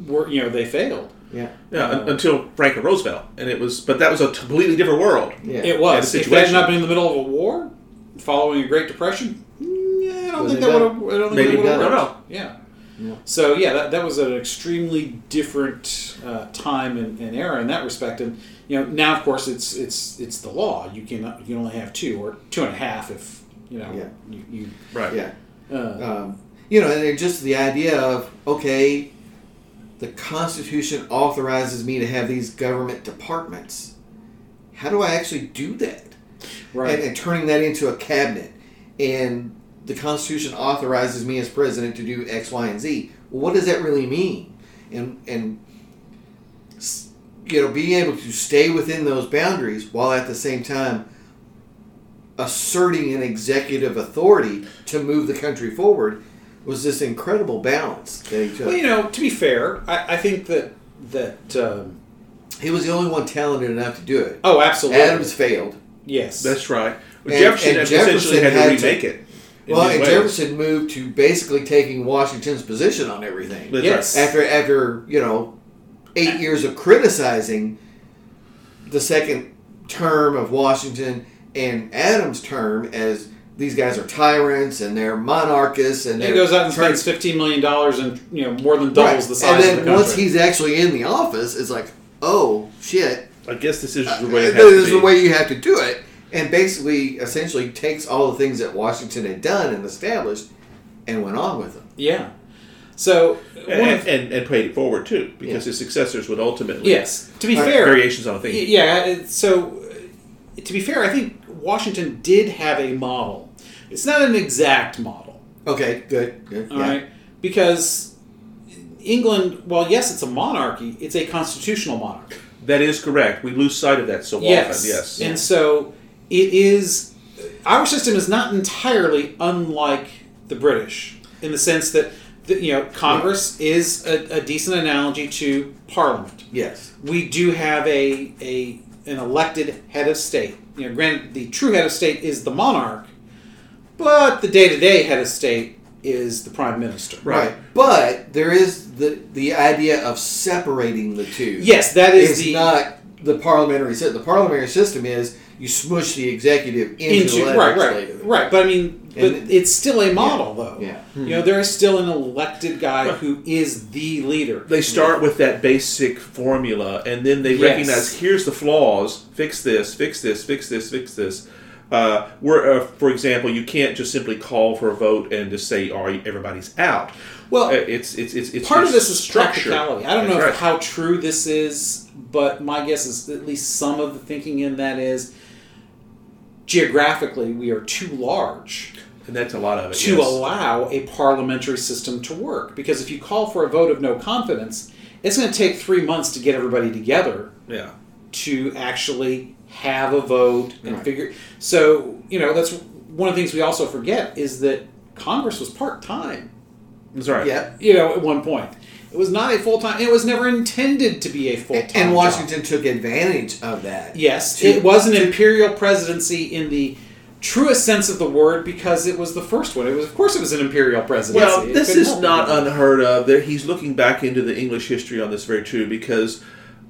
B: were, you know, they failed.
A: yeah,
C: Yeah, un- until Franklin Roosevelt, and it was, but that was a completely different world.
A: yeah.
B: It
C: Yeah,
B: was.
C: the
B: if that had
C: situation.
B: not been in the middle of a war, following a Great Depression, mm, yeah, I don't
A: Wouldn't
B: think
A: it
B: that would
A: done?
B: have. I don't think
C: Maybe
B: that would have
C: done.
B: worked.
C: No, no.
B: Yeah.
A: Yeah.
B: So yeah, that, that was an extremely different uh, time and, and era in that respect, and you know now of course it's it's it's the law. You can you can only have two or two and a half if you know
A: Yeah.
B: you.
C: Right.
A: yeah.
B: you uh,
A: um, you know, and it- just the idea of okay, the Constitution authorizes me to have these government departments. How do I actually do that?
B: right.
A: And, and turning that into a cabinet, and the Constitution authorizes me as president to do X, Y, and Z. Well, what does that really mean? And and s- you know, being able to stay within those boundaries while at the same time asserting an executive authority to move the country forward was this incredible balance that he took.
B: well, you know, to be fair, I, I think that that um,
A: He was the only one talented enough to do it.
B: oh absolutely
A: Adams failed.
B: yes
C: That's right.
A: And-
C: Jefferson
A: and
C: essentially
A: Jefferson
C: had,
A: had
C: to
A: to-
C: remake it. in
A: Well,
C: his
A: and
C: ways.
A: Jefferson moved to basically taking Washington's position on everything.
C: That's
B: Yes.
A: after after you know eight years of criticizing the second term of Washington and Adams' term as these guys are tyrants and they're monarchists and
B: And he
A: they're
B: goes out and
A: trying-
B: spends fifteen million dollars, and you know more than
A: Right.
B: doubles the size
A: And
B: of
A: then
B: the country.
A: once he's actually in the office, it's like, oh shit,
C: I guess this is
B: Uh,
C: the way it has
A: this
C: to
A: is
C: be.
A: the way you have to do it. And basically, essentially, takes all the things that Washington had done and established, and went on with them.
B: yeah. So one
C: and,
B: of-
C: and, and paid it forward too, because
A: Yeah.
C: his successors would ultimately
B: yes, to be
A: All right,
B: fair,
C: variations on a thing.
B: yeah. it- So uh, to be fair, I think Washington did have a model. It's not an exact model,
A: Okay, good, good.
B: all right? Because England, well, yes, it's a monarchy. It's a constitutional monarchy.
C: That is correct. We lose sight of that so
B: Yes.
C: often. Yes.
B: And so it is. Our system is not entirely unlike the British in the sense that the, you know Congress is a, a decent analogy to Parliament.
A: Yes.
B: We do have a, a an elected head of state. You know, granted, the true head of state is the monarch, but the day to day head of state is the prime minister.
A: Right.
C: Right.
A: But there is the the idea of separating the two.
B: Yes, that is
A: It's
B: the
A: not the parliamentary system. The parliamentary system is you smush the executive into,
B: into
A: the
B: right,
A: legislative.
B: right, right. But I mean, But
A: And-
B: it's still a model, though.
A: Yeah.
B: You know, there is still an elected guy who is the leader.
C: They start with that basic formula, and then they
B: Yes.
C: recognize here's the flaws. Fix this. Fix this. Fix this. Fix this. Uh, where, uh, for example, you can't just simply call for a vote and just say, "All right, everybody's out."
B: Well,
C: Uh, it's it's it's, it's
B: Part of
C: it's
B: this is
C: structured.
B: practicality. I don't
C: That's
B: know
C: right.
B: if how true this is, but my guess is at least some of the thinking in that is geographically we are too large
C: and that's a lot of it.
B: to
C: yes.
B: allow a parliamentary system to work. Because if you call for a vote of no confidence, it's going to take three months to get everybody together
C: yeah.
B: to actually have a vote and
A: Right.
B: figure. So you know that's one of the things we also forget is that Congress was part time
C: That's right.
A: Yeah.
B: you know, at one point. It was not a full time. It was never intended to be a full time.
A: And Washington took advantage of that.
B: Yes,
A: To-
B: it was an
A: to-
B: imperial presidency in the truest sense of the word because it was the first one. It was, of course, it was an imperial presidency.
C: Well,
B: It
C: this
B: couldn't
C: is
B: help
C: not
B: it.
C: unheard of. There, he's looking back into the English history on this very true because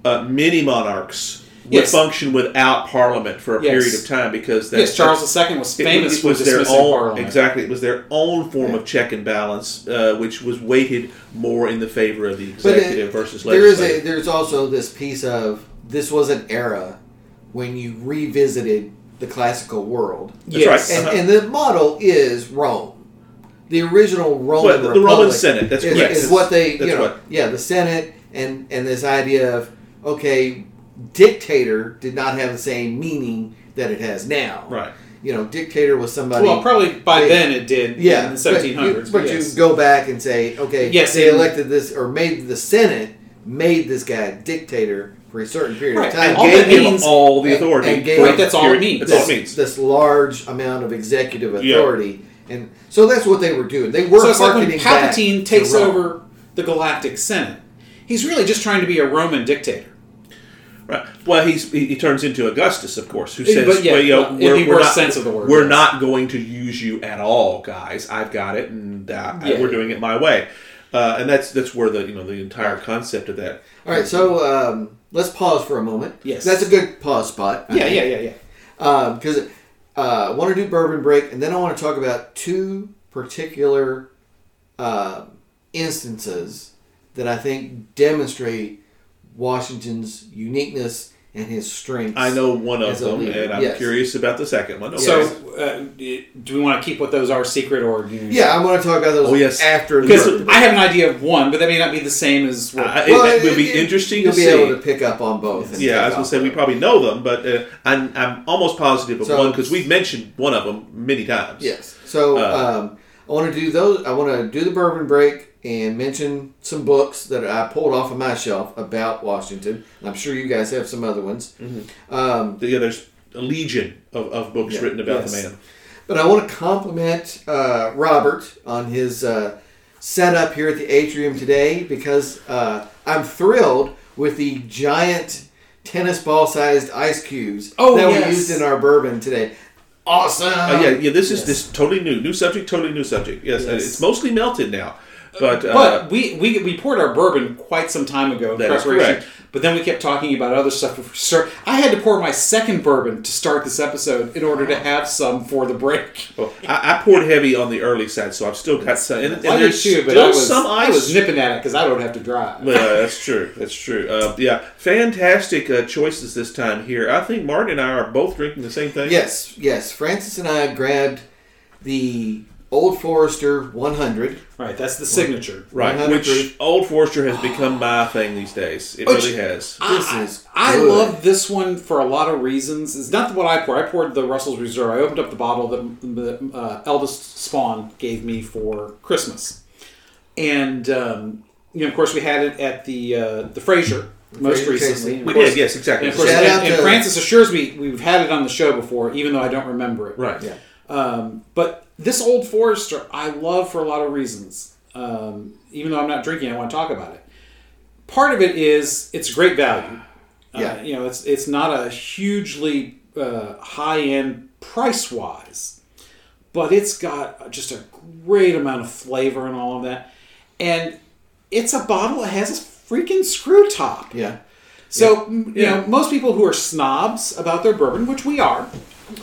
C: uh, many monarchs would
B: Yes.
C: function without parliament for a
B: Yes.
C: period of time because that,
B: yes, Charles II was
C: it-
B: famous
C: it was
B: for
C: their
B: dismissing
C: own
B: parliament.
C: exactly. It was their own form of check and balance, uh, which was weighted more in the favor of the
A: But it-
C: executive versus
A: there is
C: legislative.
A: a there's also this piece of this was an era when you revisited the classical world.
C: That's right.
B: Yes.
A: And,
C: Uh-huh.
A: and the model is Rome. The original Roman
C: Well, the- the Roman
A: Republic
C: Senate, that's
A: is,
C: correct.
A: is
C: That's-
A: what they
C: that's
A: you know
C: what-
A: yeah the Senate and and this idea of okay dictator did not have the same meaning that it has now
C: right.
A: you know dictator was somebody
B: well, probably by
A: they-
B: then it did.
A: yeah
B: in the
A: but you-
B: 1700s.
A: but,
B: yes.
A: you go back and say okay
B: Yes,
A: they
B: and-
A: elected this or made the Senate made this guy dictator for a certain period
B: Right,
A: of
B: and
A: time
B: all
C: Gave
B: that
C: him
B: means-
C: all the
A: and-
C: authority.
A: and gave-
C: for a
A: Right,
B: that's all it
C: period.
B: means.
C: That's all
A: this,
C: it means.
A: this large amount of executive
C: Yeah.
A: authority. And so that's what they were doing. They were
B: so it's like when
A: marketing back
B: Palpatine
A: to
B: takes
A: Rome.
B: over the Galactic Senate. He's really just trying to be a Roman dictator.
C: Right. Well, he's he, he turns into Augustus, of course, who
B: Yeah,
C: says,
B: but yeah,
C: well, you know,
B: in
C: we're,
B: the
C: we're
B: worst
C: not,
B: sense of the word,
C: we're
B: yes.
C: not going to use you at all, guys. I've got it, and uh, I-
B: Yeah.
C: we're doing it my way." Uh, and that's that's where the you know the entire concept of that.
A: All right, so um, let's pause for a moment.
B: Yes.
A: that's a good pause spot.
B: Yeah, yeah, yeah, yeah.
A: Because uh, I want to do bourbon break, and then I want to talk about two particular uh, instances that I think demonstrate Washington's uniqueness and his strengths.
C: I know one of
A: As a
C: them,
A: leader,
C: and I'm
A: yes.
C: curious about the second one. Okay.
B: So, uh, do we want to keep what those are secret, or do you-
A: Yeah, I want to talk about those
C: Oh, yes.
A: after the
B: Because
A: bourbon break.
B: I have an idea of one, but that may not be the same as. What,
C: I- it,
A: Well,
C: it would be
A: it- it-
C: interesting
A: You'll
C: to
A: be
C: see.
A: able to pick up on both. and
C: yeah, I was
A: pick
C: gonna
A: up
C: say
A: on
C: we
A: it.
C: probably know them, but uh, I'm, I'm almost positive of
A: So-
C: one because we've mentioned one of them many times.
A: Yes. So
C: Uh,
A: um, I want to do those. I want to do the bourbon break and mention some books that I pulled off of my shelf about Washington. And I'm sure you guys have some other ones.
C: Mm-hmm.
A: Um,
C: yeah, there's a legion of, of books
A: Yeah.
C: written about the
B: Yes.
C: man.
A: but I want to compliment uh, Robert on his uh, setup here at the atrium today because uh, I'm thrilled with the giant tennis ball sized ice cubes
B: Oh,
A: that
B: yes.
A: we used in our bourbon today. Awesome!
C: Uh, yeah, yeah. This is
B: Yes.
C: this totally new, new subject, totally new subject. Yes, and
B: Yes.
C: it's mostly melted now, but, uh,
B: but we, we we poured our bourbon quite some time ago in
C: That is
B: preparation.
C: correct.
B: But then we kept talking about other stuff. For sure, I had to pour my second bourbon to start this episode in order to have some for the break.
C: well, oh, I, I poured heavy on the early side, so I've still got some. And, and
B: I did
C: there's
B: too, but
C: still
B: I was
C: some
B: I
C: ice.
B: was nipping at it because I don't have to drive.
C: Yeah, that's true. That's true. Uh, yeah, fantastic uh, choices this time here. I think Martin and I are both drinking the same thing.
A: Yes, yes. Francis and I grabbed the Old Forester 100.
B: Right, that's the signature.
C: right.
A: 100
C: Which
A: proof.
C: Old Forester has become my thing these days. It
B: Which-
C: really has.
A: This
B: I-
A: is
B: I
A: good.
B: love this one for a lot of reasons. It's not what I poured. I poured the Russell's Reserve. I opened up the bottle that the uh, eldest spawn gave me for Christmas, and um, you know, of course, we had it at the uh, the Fraser most
A: Fraser
B: recently.
A: Tasting.
B: And
C: We
B: of course-
C: did. Yes, exactly.
B: And, of course,
A: Shout out
B: and, and
A: to-
B: Francis assures me we've had it on the show before, even though I don't remember it.
C: right.
A: Yeah.
B: Um, but this Old Forester, I love for a lot of reasons. Um, even though I'm not drinking, I want to talk about it. Part of it is it's great value. Uh,
A: Yeah.
B: you know, it's it's not a hugely uh, high end price wise, but it's got just a great amount of flavor and all of that. And it's a bottle that has a freaking screw top.
A: Yeah.
B: So m you
C: Yeah.
B: know, most people who are snobs about their bourbon, which we are,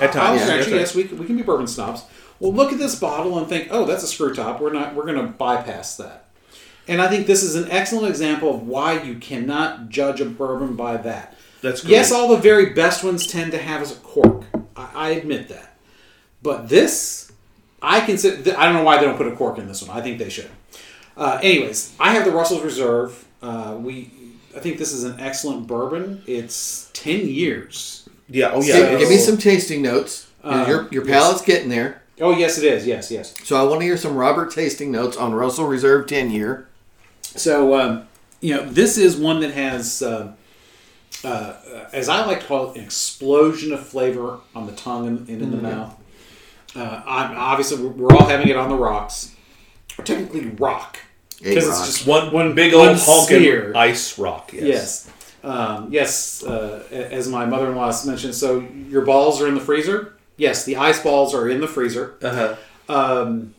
C: At
B: I was
C: times, yeah,
B: actually
C: that's
B: yes, we, we can be bourbon snobs. will look at this bottle and think, "Oh, that's a screw top. We're not. We're going to bypass that." And I think this is an excellent example of why you cannot judge a bourbon by that.
C: That's correct.
B: Yes, all the very best ones tend to have is a cork. I, I admit that. But this, I consider. th- I don't know why they don't put a cork in this one. I think they should. Uh, anyways, I have the Russell's Reserve. Uh, we, I think this is an excellent bourbon. It's ten years.
C: Yeah. Oh yeah.
A: Give, give me
C: it's-
A: some tasting notes.
B: Uh,
A: your your palate's getting there.
B: Oh yes, it is. Yes, yes.
A: So I want to hear some Robert tasting notes on Russell Reserve 10 year.
B: So um, you know, this is one that has, uh, uh, as I like to call it, an explosion of flavor on the tongue and, and
A: Mm-hmm.
B: in the mouth. Uh, I'm, obviously, we're- we're all having it on the rocks, or technically rock,
A: A
B: because it's
A: rock.
B: just
C: one one big old
B: One
C: honking
B: smear.
C: ice rock. Yes.
B: Yes. Um, yes, uh, a- as my mother in law mentioned, so your balls are in the freezer. Yes, the ice balls are in the freezer.
C: Uh-huh.
B: Um,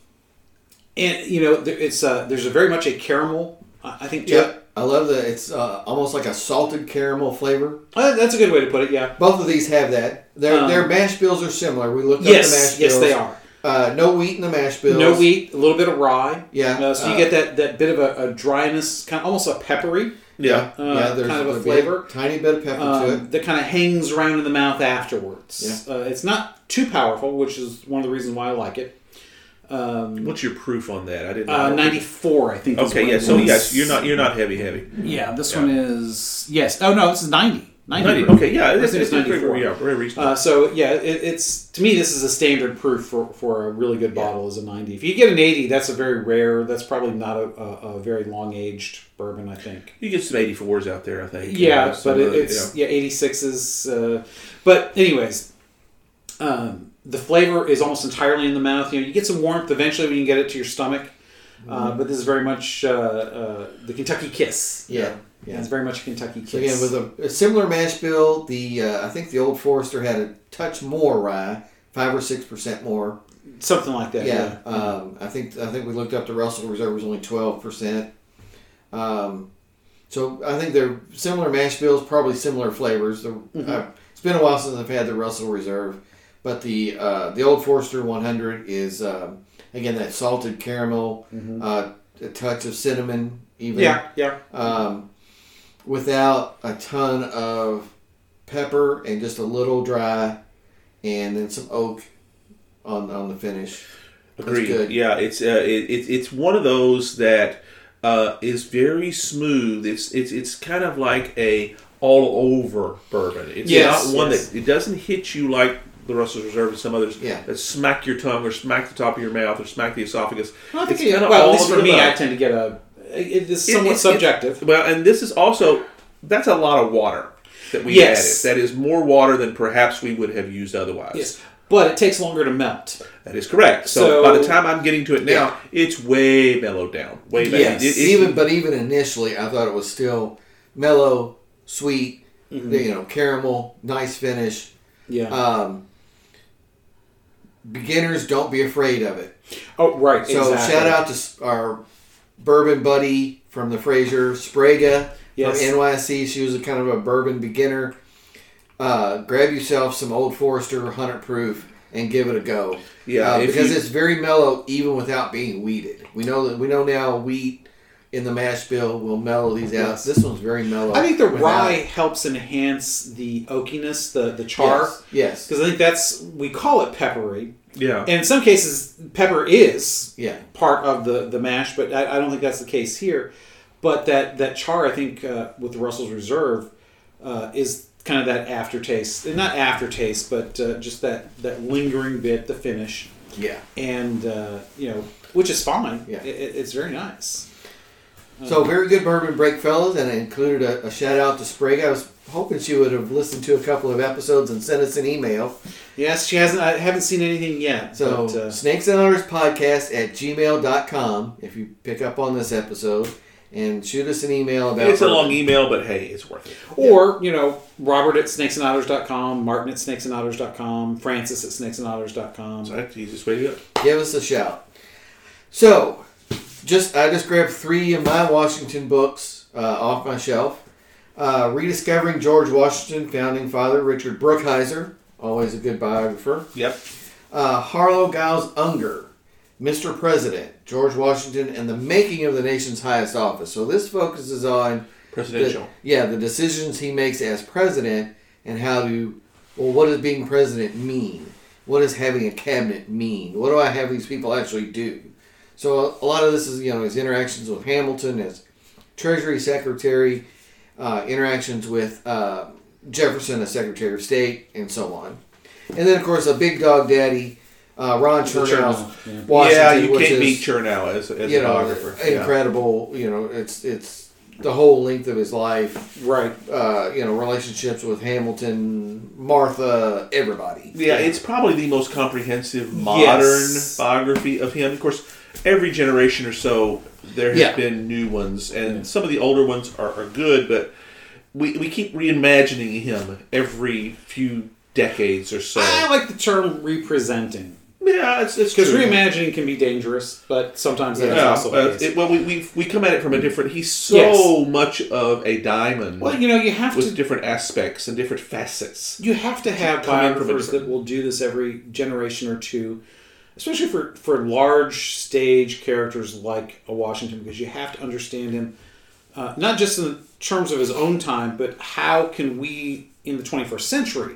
B: and, you know, there, it's uh, there's a very much a caramel, I I think, to it.
A: Yep. I love that. It's uh, almost like a salted caramel flavor.
B: Uh, that's a good way to put it, yeah.
A: Both of these have that. Their,
B: Um,
A: their mash bills are similar. We looked up the mash
B: Yes, yes,
A: bills.
B: they are.
A: Uh, no wheat in the mash bills.
B: No wheat, a little bit of rye.
A: Yeah,
B: Uh, so you
A: uh,
B: get that, that bit of a, a dryness, kind of almost a peppery
C: Yeah.
B: uh,
A: yeah, there's
B: kind of a
A: there'll be
B: flavor.
A: tiny bit of pepper to it.
B: um, that kind of hangs around in the mouth afterwards. Uh, it's not too powerful, which is one of the reasons why I like it. Um,
C: What's your proof on that? I didn't.
B: uh,
C: know.
B: Ninety-four, I think. is
C: Okay.
B: when
C: Yeah.
B: it
C: So
B: was.
C: yes, you're not you're not heavy heavy.
B: Yeah, this
C: Yeah.
B: one is yes. Oh no, this is ninety. Ninety.
C: Ninety. Okay. Yeah.
B: I
C: It's,
B: think
C: it's,
B: it's
C: pretty-
B: 94.
C: Yeah. Very reasonable.
B: Uh, so yeah, it, it's to me this is a standard proof for, for a really good bottle is a ninety. If you get an eighty, that's a very rare. That's probably not a, a, a very long aged bourbon, I think.
C: you get some eighty fours out there. I think. you
B: Yeah,
C: know, some
B: but
C: of
B: it,
C: the-
B: it's yeah eighty six is. Uh, but anyways, um, the flavor is almost entirely in the mouth. You know, you get some warmth eventually when you get it to your stomach. Uh, but this is very much uh, uh, the Kentucky Kiss.
A: Yeah. Yeah.
B: It's very much a Kentucky Kiss.
A: So again, with a, a similar mash bill, the uh, I think the Old Forester had a touch more rye, five or six percent more.
B: something like that.
A: Yeah, Um, I think I think we looked up the Russell Reserve was only twelve percent. Um, so I think they're similar mash bills, probably similar flavors. The, uh, it's been a while since I've had the Russell Reserve, but the uh, the Old Forester one hundred is um, again that salted caramel, uh, a touch of cinnamon, even
B: Mm-hmm. yeah, yeah.
A: um, without a ton of pepper and just a little dry, and then some oak on on the finish.
C: Agreed.
A: That's good.
C: Yeah, it's uh, it, it, it's one of those that uh, is very smooth. It's it's it's kind of like a all over bourbon. It's
B: Yes,
C: not one
B: yes.
C: that it doesn't hit you like the Russell's Reserve and some others
A: Yeah.
C: that smack your tongue or smack the top of your mouth or smack the esophagus.
B: I think
C: It's
B: it,
C: kinda
B: well, at
C: all
B: least
C: over
B: for
C: the
B: me, I
C: mouth.
B: tend to get a. It is
C: It-
B: somewhat
C: it's- it's-
B: subjective.
C: well, and this is also that's a lot of water that we
B: Yes.
C: added. That is more water than perhaps we would have used otherwise.
B: yes, but it takes longer to melt.
C: That is correct. So,
B: So-
C: by the time I'm getting to it now,
A: Yeah.
C: it's way mellowed down. Way mellowed.
B: Yes.
C: It- it-
A: even but even initially, I thought it was still mellow, sweet, you know, caramel, nice finish.
B: Yeah.
A: Um, beginners, don't be afraid of it.
B: oh, right.
A: So
B: exactly.
A: shout out to s- our bourbon buddy from the Fraser, Spraga
B: Yes.
A: from NYC. She was a kind of a bourbon beginner. Uh, grab yourself some Old Forester 100 proof and give it a go.
C: Yeah,
A: Uh,
C: if
A: because
C: you-
A: it's very mellow even without being weeded. We know that we know now wheat in the mash bill will mellow these out.
B: Yes.
A: This one's very mellow.
B: I think the
A: without-
B: rye helps enhance the oakiness, the the char,
A: Yes, yes.
B: because I think that's we call it peppery,
C: Yeah.
B: and in some cases pepper is
A: Yeah.
B: part of the the mash, but I, I don't think that's the case here. But that that char, I think, uh, with the Russell's Reserve, uh, is kind of that aftertaste, and not aftertaste, but uh, just that that lingering bit, the finish,
A: Yeah.
B: and uh, you know, which is fine.
A: Yeah.
B: I- I- it's very nice.
A: So very good bourbon break, fellas, and I included a, a shout out to Sprague. I was hoping she would have listened to a couple of episodes and sent us an email.
B: Yes, she hasn't. I haven't seen anything yet.
A: So
B: but, uh,
A: snakes and otters podcast at gmail.com if you pick up on this episode and shoot us an email about
C: It's a
A: bourbon.
C: long email, but hey, it's worth it.
B: Or, you know, Robert at snakesandotters.com, Martin at snakesandotters.com, Francis at snakesandotters.com.
C: So that's the easiest way to do it.
A: Give us a shout. So just I just grabbed three of my Washington books uh, off my shelf. Uh, Rediscovering George Washington, Founding Father Richard Brookheiser, always a good biographer.
C: Yep.
A: Uh, Harlow Giles Unger, Mr. President, George Washington, and the making of the nation's highest office. So this focuses on
C: Presidential.
A: the- yeah, the decisions he makes as president and how to. Well, what does being president mean? What does having a cabinet mean? What do I have these people actually do? So a lot of this is you know his interactions with Hamilton as Treasury Secretary, uh, interactions with uh, Jefferson as Secretary of State, and so on. And then of course a big dog daddy, uh, Ron Chernow's
B: yeah.
A: Washington.
C: yeah, you
A: which
C: can't
A: is,
C: beat Chernow as, as
A: you
C: a
A: know,
C: biographer. Yeah.
A: incredible. You know, it's it's the whole length of his life.
B: Right.
A: Uh, you know, relationships with Hamilton, Martha, everybody.
C: Yeah, it's probably the most comprehensive modern
B: Yes.
C: biography of him. Of course, every generation or so, there have
A: Yeah.
C: been new ones, and some of the older ones are, are good, but we, we keep reimagining him every few decades or so.
B: I like the term representing
C: Yeah, it's, it's
B: because
C: true.
B: reimagining can be dangerous, but sometimes that's
C: Yeah,
B: also
C: uh,
B: the case. Mm-hmm.
C: it- well, we, we, we come at it from a different. He's so
B: Yes.
C: much of a diamond
B: well, you know, you have
C: with
B: to
C: different aspects and different facets.
B: you have to have
C: Come in from a
B: biographers that
C: different-
B: will do this every generation or two, especially for for large stage characters like a Washington, because you have to understand him uh, not just in terms of his own time, but how can we in the 21st century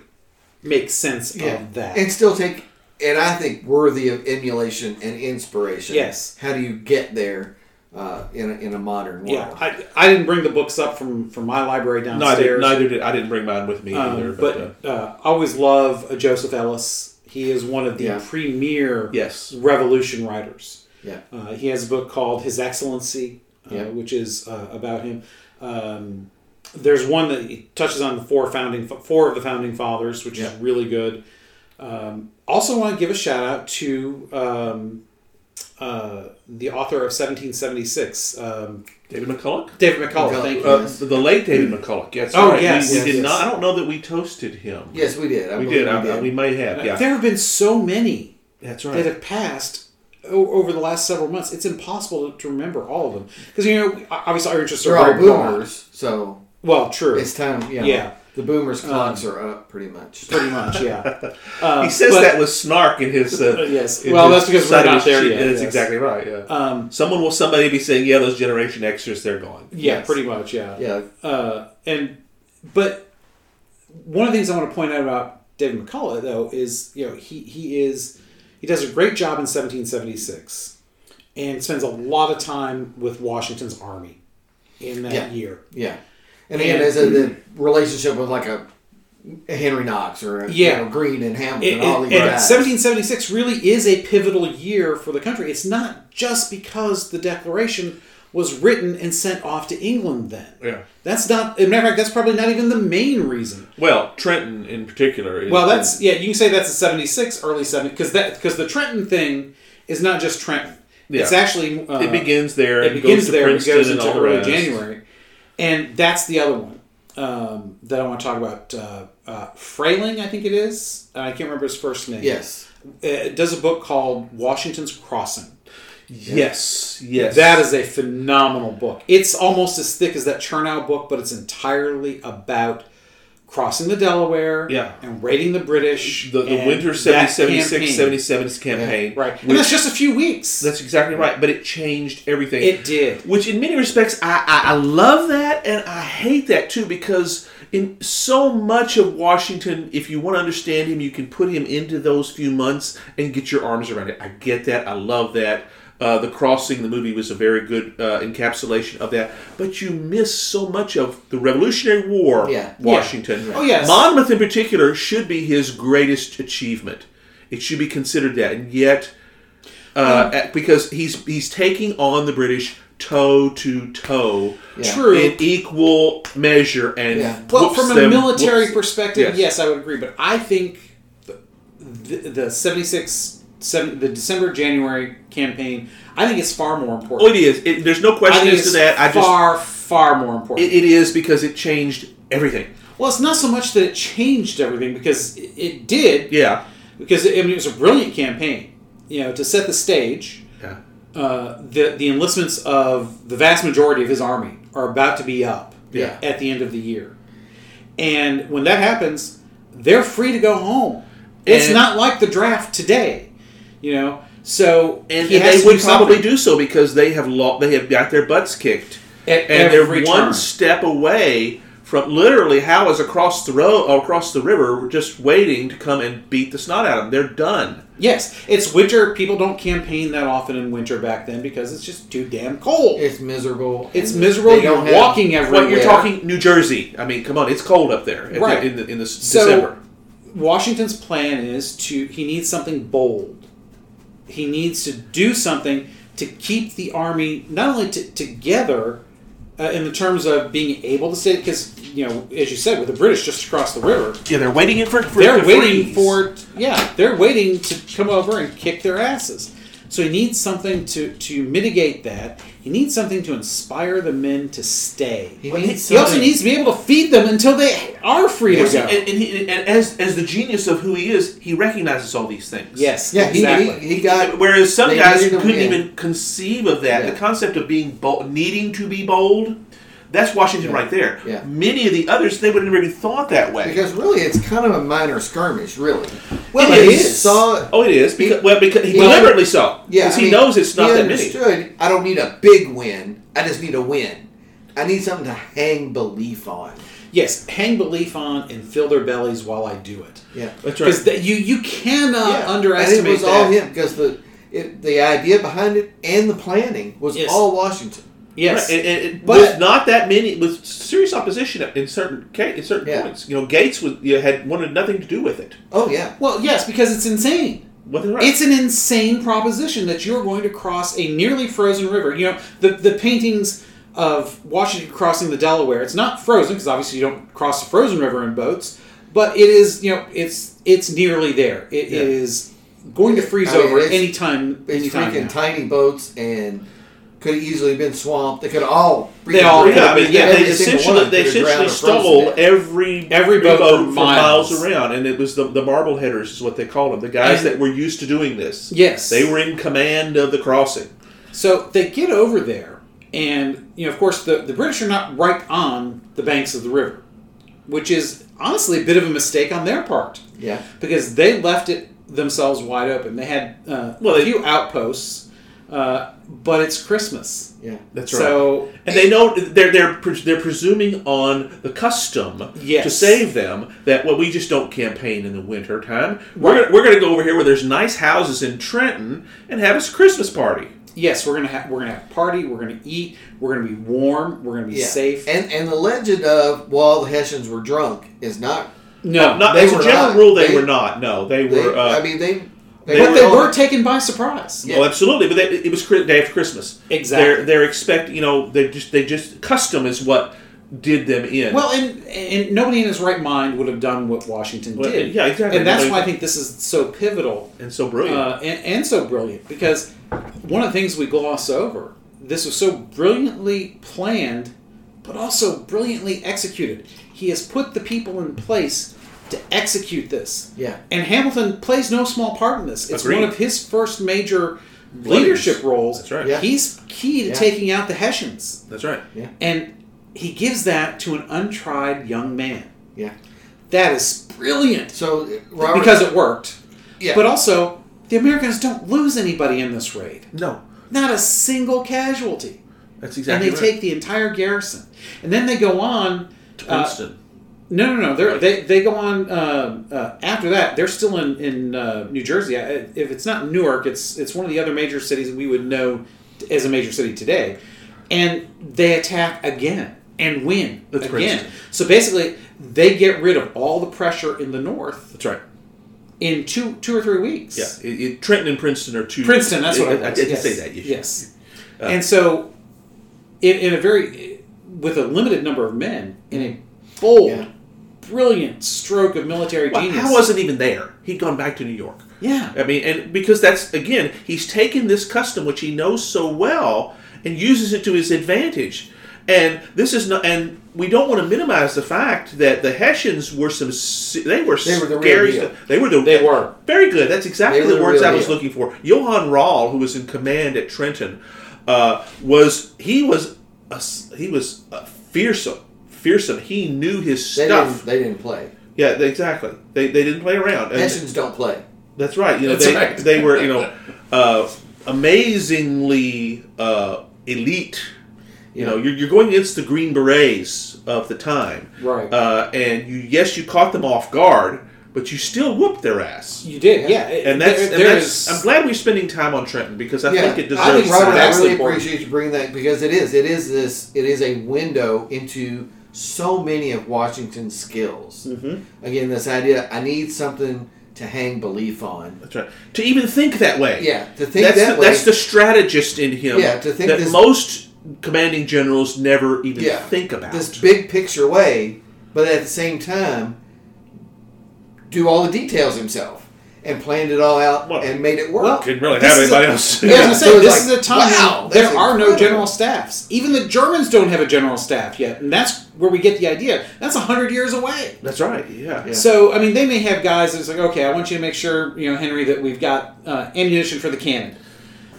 B: make sense of that?
A: and still take. And I think worthy of emulation and inspiration.
B: Yes.
A: How do you get there uh, in, a, in a modern world?
B: yeah, I, I didn't bring the books up from from my library
C: Neither,
B: downstairs.
C: neither did I didn't bring mine with me
B: Um,
C: either. But, uh,
B: but uh, I always love a Joseph Ellis. He is one of the
A: Yeah.
B: premier
C: Yes.
B: revolution writers.
A: Yeah.
B: Uh, he has a book called His Excellency, uh,
A: Yeah.
B: which is uh, about him. Um, there's one that he touches on the four founding four of the founding fathers, which
A: Yeah.
B: is really good. Um, also, want to give a shout out to um, uh, the author of 1776, um,
C: David McCulloch.
B: David McCulloch.
A: McCulloch,
B: Thank you.
C: Uh,
A: Yes.
C: The late David McCulloch. Yes.
B: Oh,
C: right. We-
B: yes,
C: We,
B: yes,
C: did
B: yes.
C: not. I don't know that we toasted him.
A: Yes, we did. I
C: we
A: believe
C: did. I, I- we may have. Yeah.
B: There have been so many
C: That's
B: that
C: right.
B: have passed o- over the last several months. It's impossible to remember all of them because you know obviously our interests
A: They're
B: are
A: all
B: very broad.
A: boomers, so
B: Well, true,
A: it's time. You know,
B: Yeah.
A: The boomers' clocks are up pretty much.
B: pretty much, yeah.
C: he says
B: Uh, but-
C: that with snark in his. Uh,
B: Yes.
C: in
B: Well,
C: his
B: that's because we're
C: side of
B: not
C: his
B: there
C: cheek.
B: yet,
C: That's
B: yes.
C: exactly right. Yeah.
B: Um,
C: Someone will somebody be saying, "Yeah, those Generation Xers, they're gone."
B: yeah,
A: Yes.
B: pretty much, yeah.
A: Yeah.
B: Uh, and but one of the things I want to point out about David McCullough though is you know he he is he does a great job in 1776 and spends a lot of time with Washington's army in that
A: Yeah.
B: year.
A: Yeah. And again,
B: And-
A: as a the relationship with like a, a Henry Knox or a,
B: Yeah.
A: you know, Green and Hamilton,
B: It- it-
A: all
B: and
A: these guys.
B: 1776 really is a pivotal year for the country. It's not just because the Declaration was written and sent off to England then.
C: Yeah.
B: That's not, as a matter of fact, that's probably not even the main reason.
C: Well, Trenton in particular. Is,
B: Well, that's, yeah, you can say that's a 76, early 70, because that, because the Trenton thing is not just Trenton. It's
C: Yeah.
B: actually, uh,
C: it begins there.
B: it
C: and
B: begins
C: goes
B: there
C: To
B: and
C: Princeton
B: goes
C: and
B: into
C: all the
B: early
C: rest.
B: January. And that's the other one um, that I want to talk about. Uh, uh, Frayling, I think it is. I can't remember his first name.
A: yes.
B: uh, does a book called Washington's Crossing.
C: Yes. Yes.
B: That is a phenomenal book. It's almost as thick as that Chernow book, but it's entirely about crossing the Delaware
C: Yeah.
B: and raiding the British.
C: the, the
B: and
C: winter
B: that
C: 76
B: campaign.
C: 77 campaign.
B: Right. And
C: which-
B: that's just a few weeks.
C: That's exactly right. But it changed everything.
B: It did.
C: Which, in many respects, I, I, I love that and I hate that too because in so much of Washington, if you want to understand him, you can put him into those few months and get your arms around it. I get that. I love that. Uh, the Crossing, the movie, was a very good uh, encapsulation of that. But you miss so much of the Revolutionary War,
A: Yeah.
C: Washington.
B: Oh, yes.
C: Monmouth, in particular, should be his greatest achievement. It should be considered that. And yet uh, at- because he's he's taking on the British toe to toe,
A: Yeah.
B: True.
C: in equal measure, and
A: Yeah.
B: well,
C: whoops
B: from a
C: them-
B: military
C: whoops-
B: perspective,
C: Yes.
B: yes. I would agree. But I think the, the, the 76, seven, the December January campaign, I think it's far more
C: Oh,
B: important.
C: it is. It, there's no
B: I
C: question
B: think
C: as
B: it's
C: to that. I just
B: far, far more important.
C: it, it is because it changed everything.
B: Well, it's not so much that it changed everything because it- it did.
C: Yeah.
B: Because I mean, it was a brilliant campaign. You know, to set the stage,
C: Yeah.
B: uh, the the enlistments of the vast majority of his army are about to be up
C: Yeah.
B: at the end of the year, and when that happens, they're free to go home. It's
C: And-
B: not like the draft today, you know. So
C: And,
B: he
C: and
B: has
C: they
B: to
C: would
B: do
C: probably
B: something
C: do so because they have lo- they have got their butts kicked.
B: at
C: and
B: every
C: they're one
B: turn.
C: step away from literally how is across the road or across the river just waiting to come and beat the snot out of them. They're done.
B: Yes, it's winter. People don't campaign that often in winter back then because it's just too damn cold.
A: It's miserable.
B: It's miserable.
A: They
B: You're
A: don't have-
B: walking everywhere.
C: But you're talking New Jersey. I mean, come on, it's cold up there at
B: Right.
C: the, in the in the s-
B: So-
C: December.
B: Washington's plan is to he needs something bold. He needs to do something to keep the army not only to, together uh, in the terms of being able to stay because you know as you said with the British just across the river
C: Yeah, they're waiting in for. for
B: they're
C: to
B: waiting
C: freeze.
B: for yeah they're waiting to come over and kick their asses. So he needs something to to mitigate that. He needs something to inspire the men to stay.
A: He
B: He,
A: needs
B: also
A: something-
B: needs to be able to feed them until they are free to
C: Yes,
B: go.
C: and, and, he, and as as the genius of who he is, he recognizes all these things.
B: yes,
A: Yeah, he,
B: exactly.
A: he, he got.
C: Whereas some
A: They
C: guys
A: needed to
C: couldn't
A: win.
C: even conceive of that.
A: Yeah.
C: The concept of being bold, needing to be bold, that's Washington
A: Yeah.
C: right there.
A: Yeah.
C: Many of the others, they would have never even thought that way.
A: Because really, it's kind of a minor skirmish, really.
B: Well,
A: But
B: it
A: he
B: is.
A: Saw,
C: oh, it is. Because, well, because he
A: he-
C: deliberately so.
A: yeah,
C: Because
A: I
C: he
A: mean,
C: knows it's not
A: he
C: that many.
A: understood, I don't need a big win. I just need a win. I need something to hang belief on.
B: Yes, hang belief on and fill their bellies while I do it.
A: Yeah.
C: That's
B: Because you you cannot
A: Yeah,
B: Uh, underestimate
A: And it was
B: that.
A: all him because the it, the idea behind it and the planning was
B: Yes.
A: all Washington.
B: Yes,
C: Right, and- and- and
A: But-
C: with not that many, with serious opposition in certain ca- in certain
A: Yeah.
C: points. You know, Gates was you know, had wanted nothing to do with it.
A: Oh yeah,
B: well, yes, because it's insane.
C: Wasn't right.
B: It's an insane proposition that you're going to cross a nearly frozen river. You know the the paintings of Washington crossing the Delaware. It's not frozen because obviously you don't cross a frozen river in boats, but it is. You know, it's it's nearly there. It is
A: Yeah.
B: going to freeze
A: I mean,
B: over
A: it's-
B: anytime.
A: it's
B: anytime
A: freaking
B: now.
A: tiny boats and could have easily been swamped. They could have all
B: They all
A: freaking-
B: could
C: yeah, I
B: have
C: mean,
B: been- yeah,
C: they,
A: every single
C: essentially
A: one
C: they
A: could have
C: essentially
A: drowned or frozen
C: stole
A: it.
C: every
B: Every boat for miles.
C: around, and it was the the marbleheaders is what they call them, the guys
B: And-
C: that were used to doing this.
B: Yes,
C: They were in command of the crossing.
B: So they get over there, and you know, of course, the, the British are not right on the banks of the river, which is honestly a bit of a mistake on their part
A: Yeah,
B: because they left it themselves wide open. They had uh,
C: Well,
B: a
C: they-
B: few outposts, uh, but it's Christmas,
A: yeah.
C: That's
B: so
C: and they know they're they're pre- they're presuming on the custom
B: Yes.
C: to save them that well we just don't campaign in the winter time
B: Right.
C: we're gonna, we're going to go over here where there's nice houses in Trenton and have us a Christmas party
B: yes, we're gonna have we're gonna have a party, we're gonna eat, we're gonna be warm, we're gonna be
A: Yeah.
B: safe.
A: And and the legend of while the Hessians were drunk is not.
B: no,
C: not
A: They
C: as a
A: were
C: general
A: not.
C: rule they,
A: They-
C: were not no they
A: They,
C: were uh,
A: I mean, they.
B: but they
A: all-
B: were taken by surprise.
A: Yeah.
C: Oh, absolutely! But they, it was Chri- day after Christmas.
B: Exactly.
C: They're they're expect you know they just they just custom is what did them in.
B: Well, and and nobody in his right mind would have done what Washington
C: Well,
B: did.
C: yeah, exactly.
B: And that's
C: Nobody-
B: why I think this is so pivotal
C: and so brilliant.
B: uh, and, and so brilliant because one of the things we gloss over, this was so brilliantly planned, but also brilliantly executed. He has put the people in place to execute this.
A: Yeah.
B: And Hamilton plays no small part in this. It's
C: Agreed.
B: one of his first major
C: Bloodies.
B: leadership roles.
C: That's right.
A: Yeah.
B: He's key to
A: Yeah.
B: taking out the Hessians.
C: that's right.
B: And he gives that to an untried young man.
A: Yeah.
B: That is brilliant
A: So Robert,
B: because it worked.
A: yeah,
B: But also, the Americans don't lose anybody in this raid.
C: No,
B: Not a single casualty.
C: that's exactly.
B: and they
C: right.
B: take the entire garrison. And then they go on.
C: to
B: uh,
C: Princeton.
B: no, no, no. They're, they they go on uh, uh, after that. They're still in in uh, New Jersey. I- If it's not Newark, it's it's one of the other major cities we would know as a major city today. And they attack again and win
C: That's
B: again.
C: Princeton.
B: So basically, they get rid of all the pressure in the north
C: that's right.
B: in two two or three weeks.
C: Yeah, it, it- Trenton and Princeton are two.
B: Princeton. That's what I,
C: I,
B: was,
C: did
B: yes.
C: say that. You should-
B: yes.
C: Uh,
B: and so, in, in a very with a limited number of men, in a bold,
A: Yeah.
B: brilliant stroke of military
C: Well,
B: genius.
C: I wasn't even there. He'd gone back to New York.
B: yeah.
C: I mean, and because that's again, he's taken this custom which he knows so well and uses it to his advantage. And this is not, and we don't want to minimize the fact that the Hessians were some, se- they were
A: They were the real
C: scary.
A: deal.
C: stuff. They were the,
B: They were.
C: very good. That's exactly
A: They were
C: the
A: the
C: words
A: real
C: I was
A: deal.
C: looking for. Johann Rahl, who was in command at Trenton, uh, was he was a s he was a fearsome, fearsome. He knew his
A: they
C: stuff.
A: didn't. They didn't play.
C: Yeah, they, exactly. They, they didn't play around. And-
A: Pensions don't play.
C: That's right. You know,
B: That's
C: they,
B: right.
C: they were, you know, uh, amazingly uh, elite. You know, you're, you're going against the Green Berets of the time.
B: Right.
C: Uh, and you, yes, you caught them off guard, but you still whooped their ass.
B: You did, yeah.
C: And that's,
B: There-
C: and
B: there
C: that's
B: is-
C: I'm glad we're spending time on Trenton because I
A: Yeah,
C: think it
B: I
C: deserves.
B: think
A: Robert, I
B: that's
A: really
B: important.
A: appreciate you bringing that because it is. It is this. It is a window into so many of Washington's skills.
C: Mm-hmm.
A: Again, this idea. I need something to hang belief on.
C: That's right. To even think that way.
A: Yeah, to think
C: that's
A: that
C: the,
A: way.
C: That's the strategist in him.
A: Yeah, to think
C: that
A: this-
C: most commanding generals never even
A: Yeah.
C: think about.
A: this big picture way, but at the same time, do all the details himself and planned it all out
C: Well,
A: and made it work.
B: well,
C: Couldn't really
B: This
C: have
B: is a-
C: anybody else.
B: Yeah, I was gonna
A: So
B: say,
A: it's
B: this is
A: like,
B: a time
A: wow,
B: when there
A: that's
B: are no
A: incredible.
B: general staffs. Even the Germans don't have a general staff yet, and that's where we get the idea. That's hundred years away.
C: That's right. Yeah.
A: Yeah.
B: So I mean, they may have guys that's like, okay, I want you to make sure, you know, Henry, that we've got uh, ammunition for the cannon.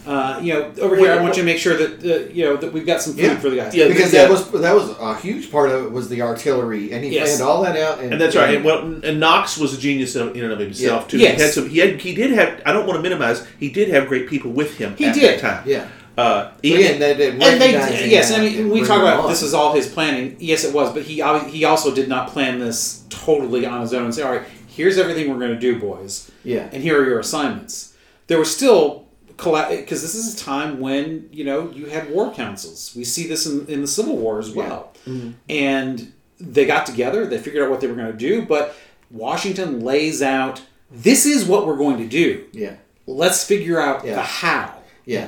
B: Uh, you know, over here, I want you to make sure that uh, you know that we've got some food
A: Yeah.
B: for the guys.
C: Yeah.
A: because
C: yeah.
A: that was that was a huge part of it was the artillery, and he
B: Yes.
A: planned all that out. And,
C: And that's right. And, well, and Knox was a genius in in and of himself
A: Yeah.
C: too.
B: Yes.
C: He had some. He had. He did have. I don't want to minimize. He did have great people with him.
B: He
C: at
B: did.
C: That time.
A: yeah,
C: Uh,
A: But
C: even-
A: again, they did
B: And they,
A: recognizing
B: yes,
A: that
B: I mean,
A: and
B: we talk
A: bringing
B: about
A: along.
B: this is all his planning. Yes, it was, but he obvi- he also did not plan this totally on his own and say, all right, here's everything we're going to do, boys,
A: Yeah,
B: and here are your assignments. There was still because this is a time when you know you had war councils. We see this in, in the Civil War as well,
A: Mm-hmm.
B: and they got together. They figured out what they were going to do, but Washington lays out this is what we're going to do.
A: yeah,
B: Let's figure out the
A: Yeah.
B: how.
A: yeah.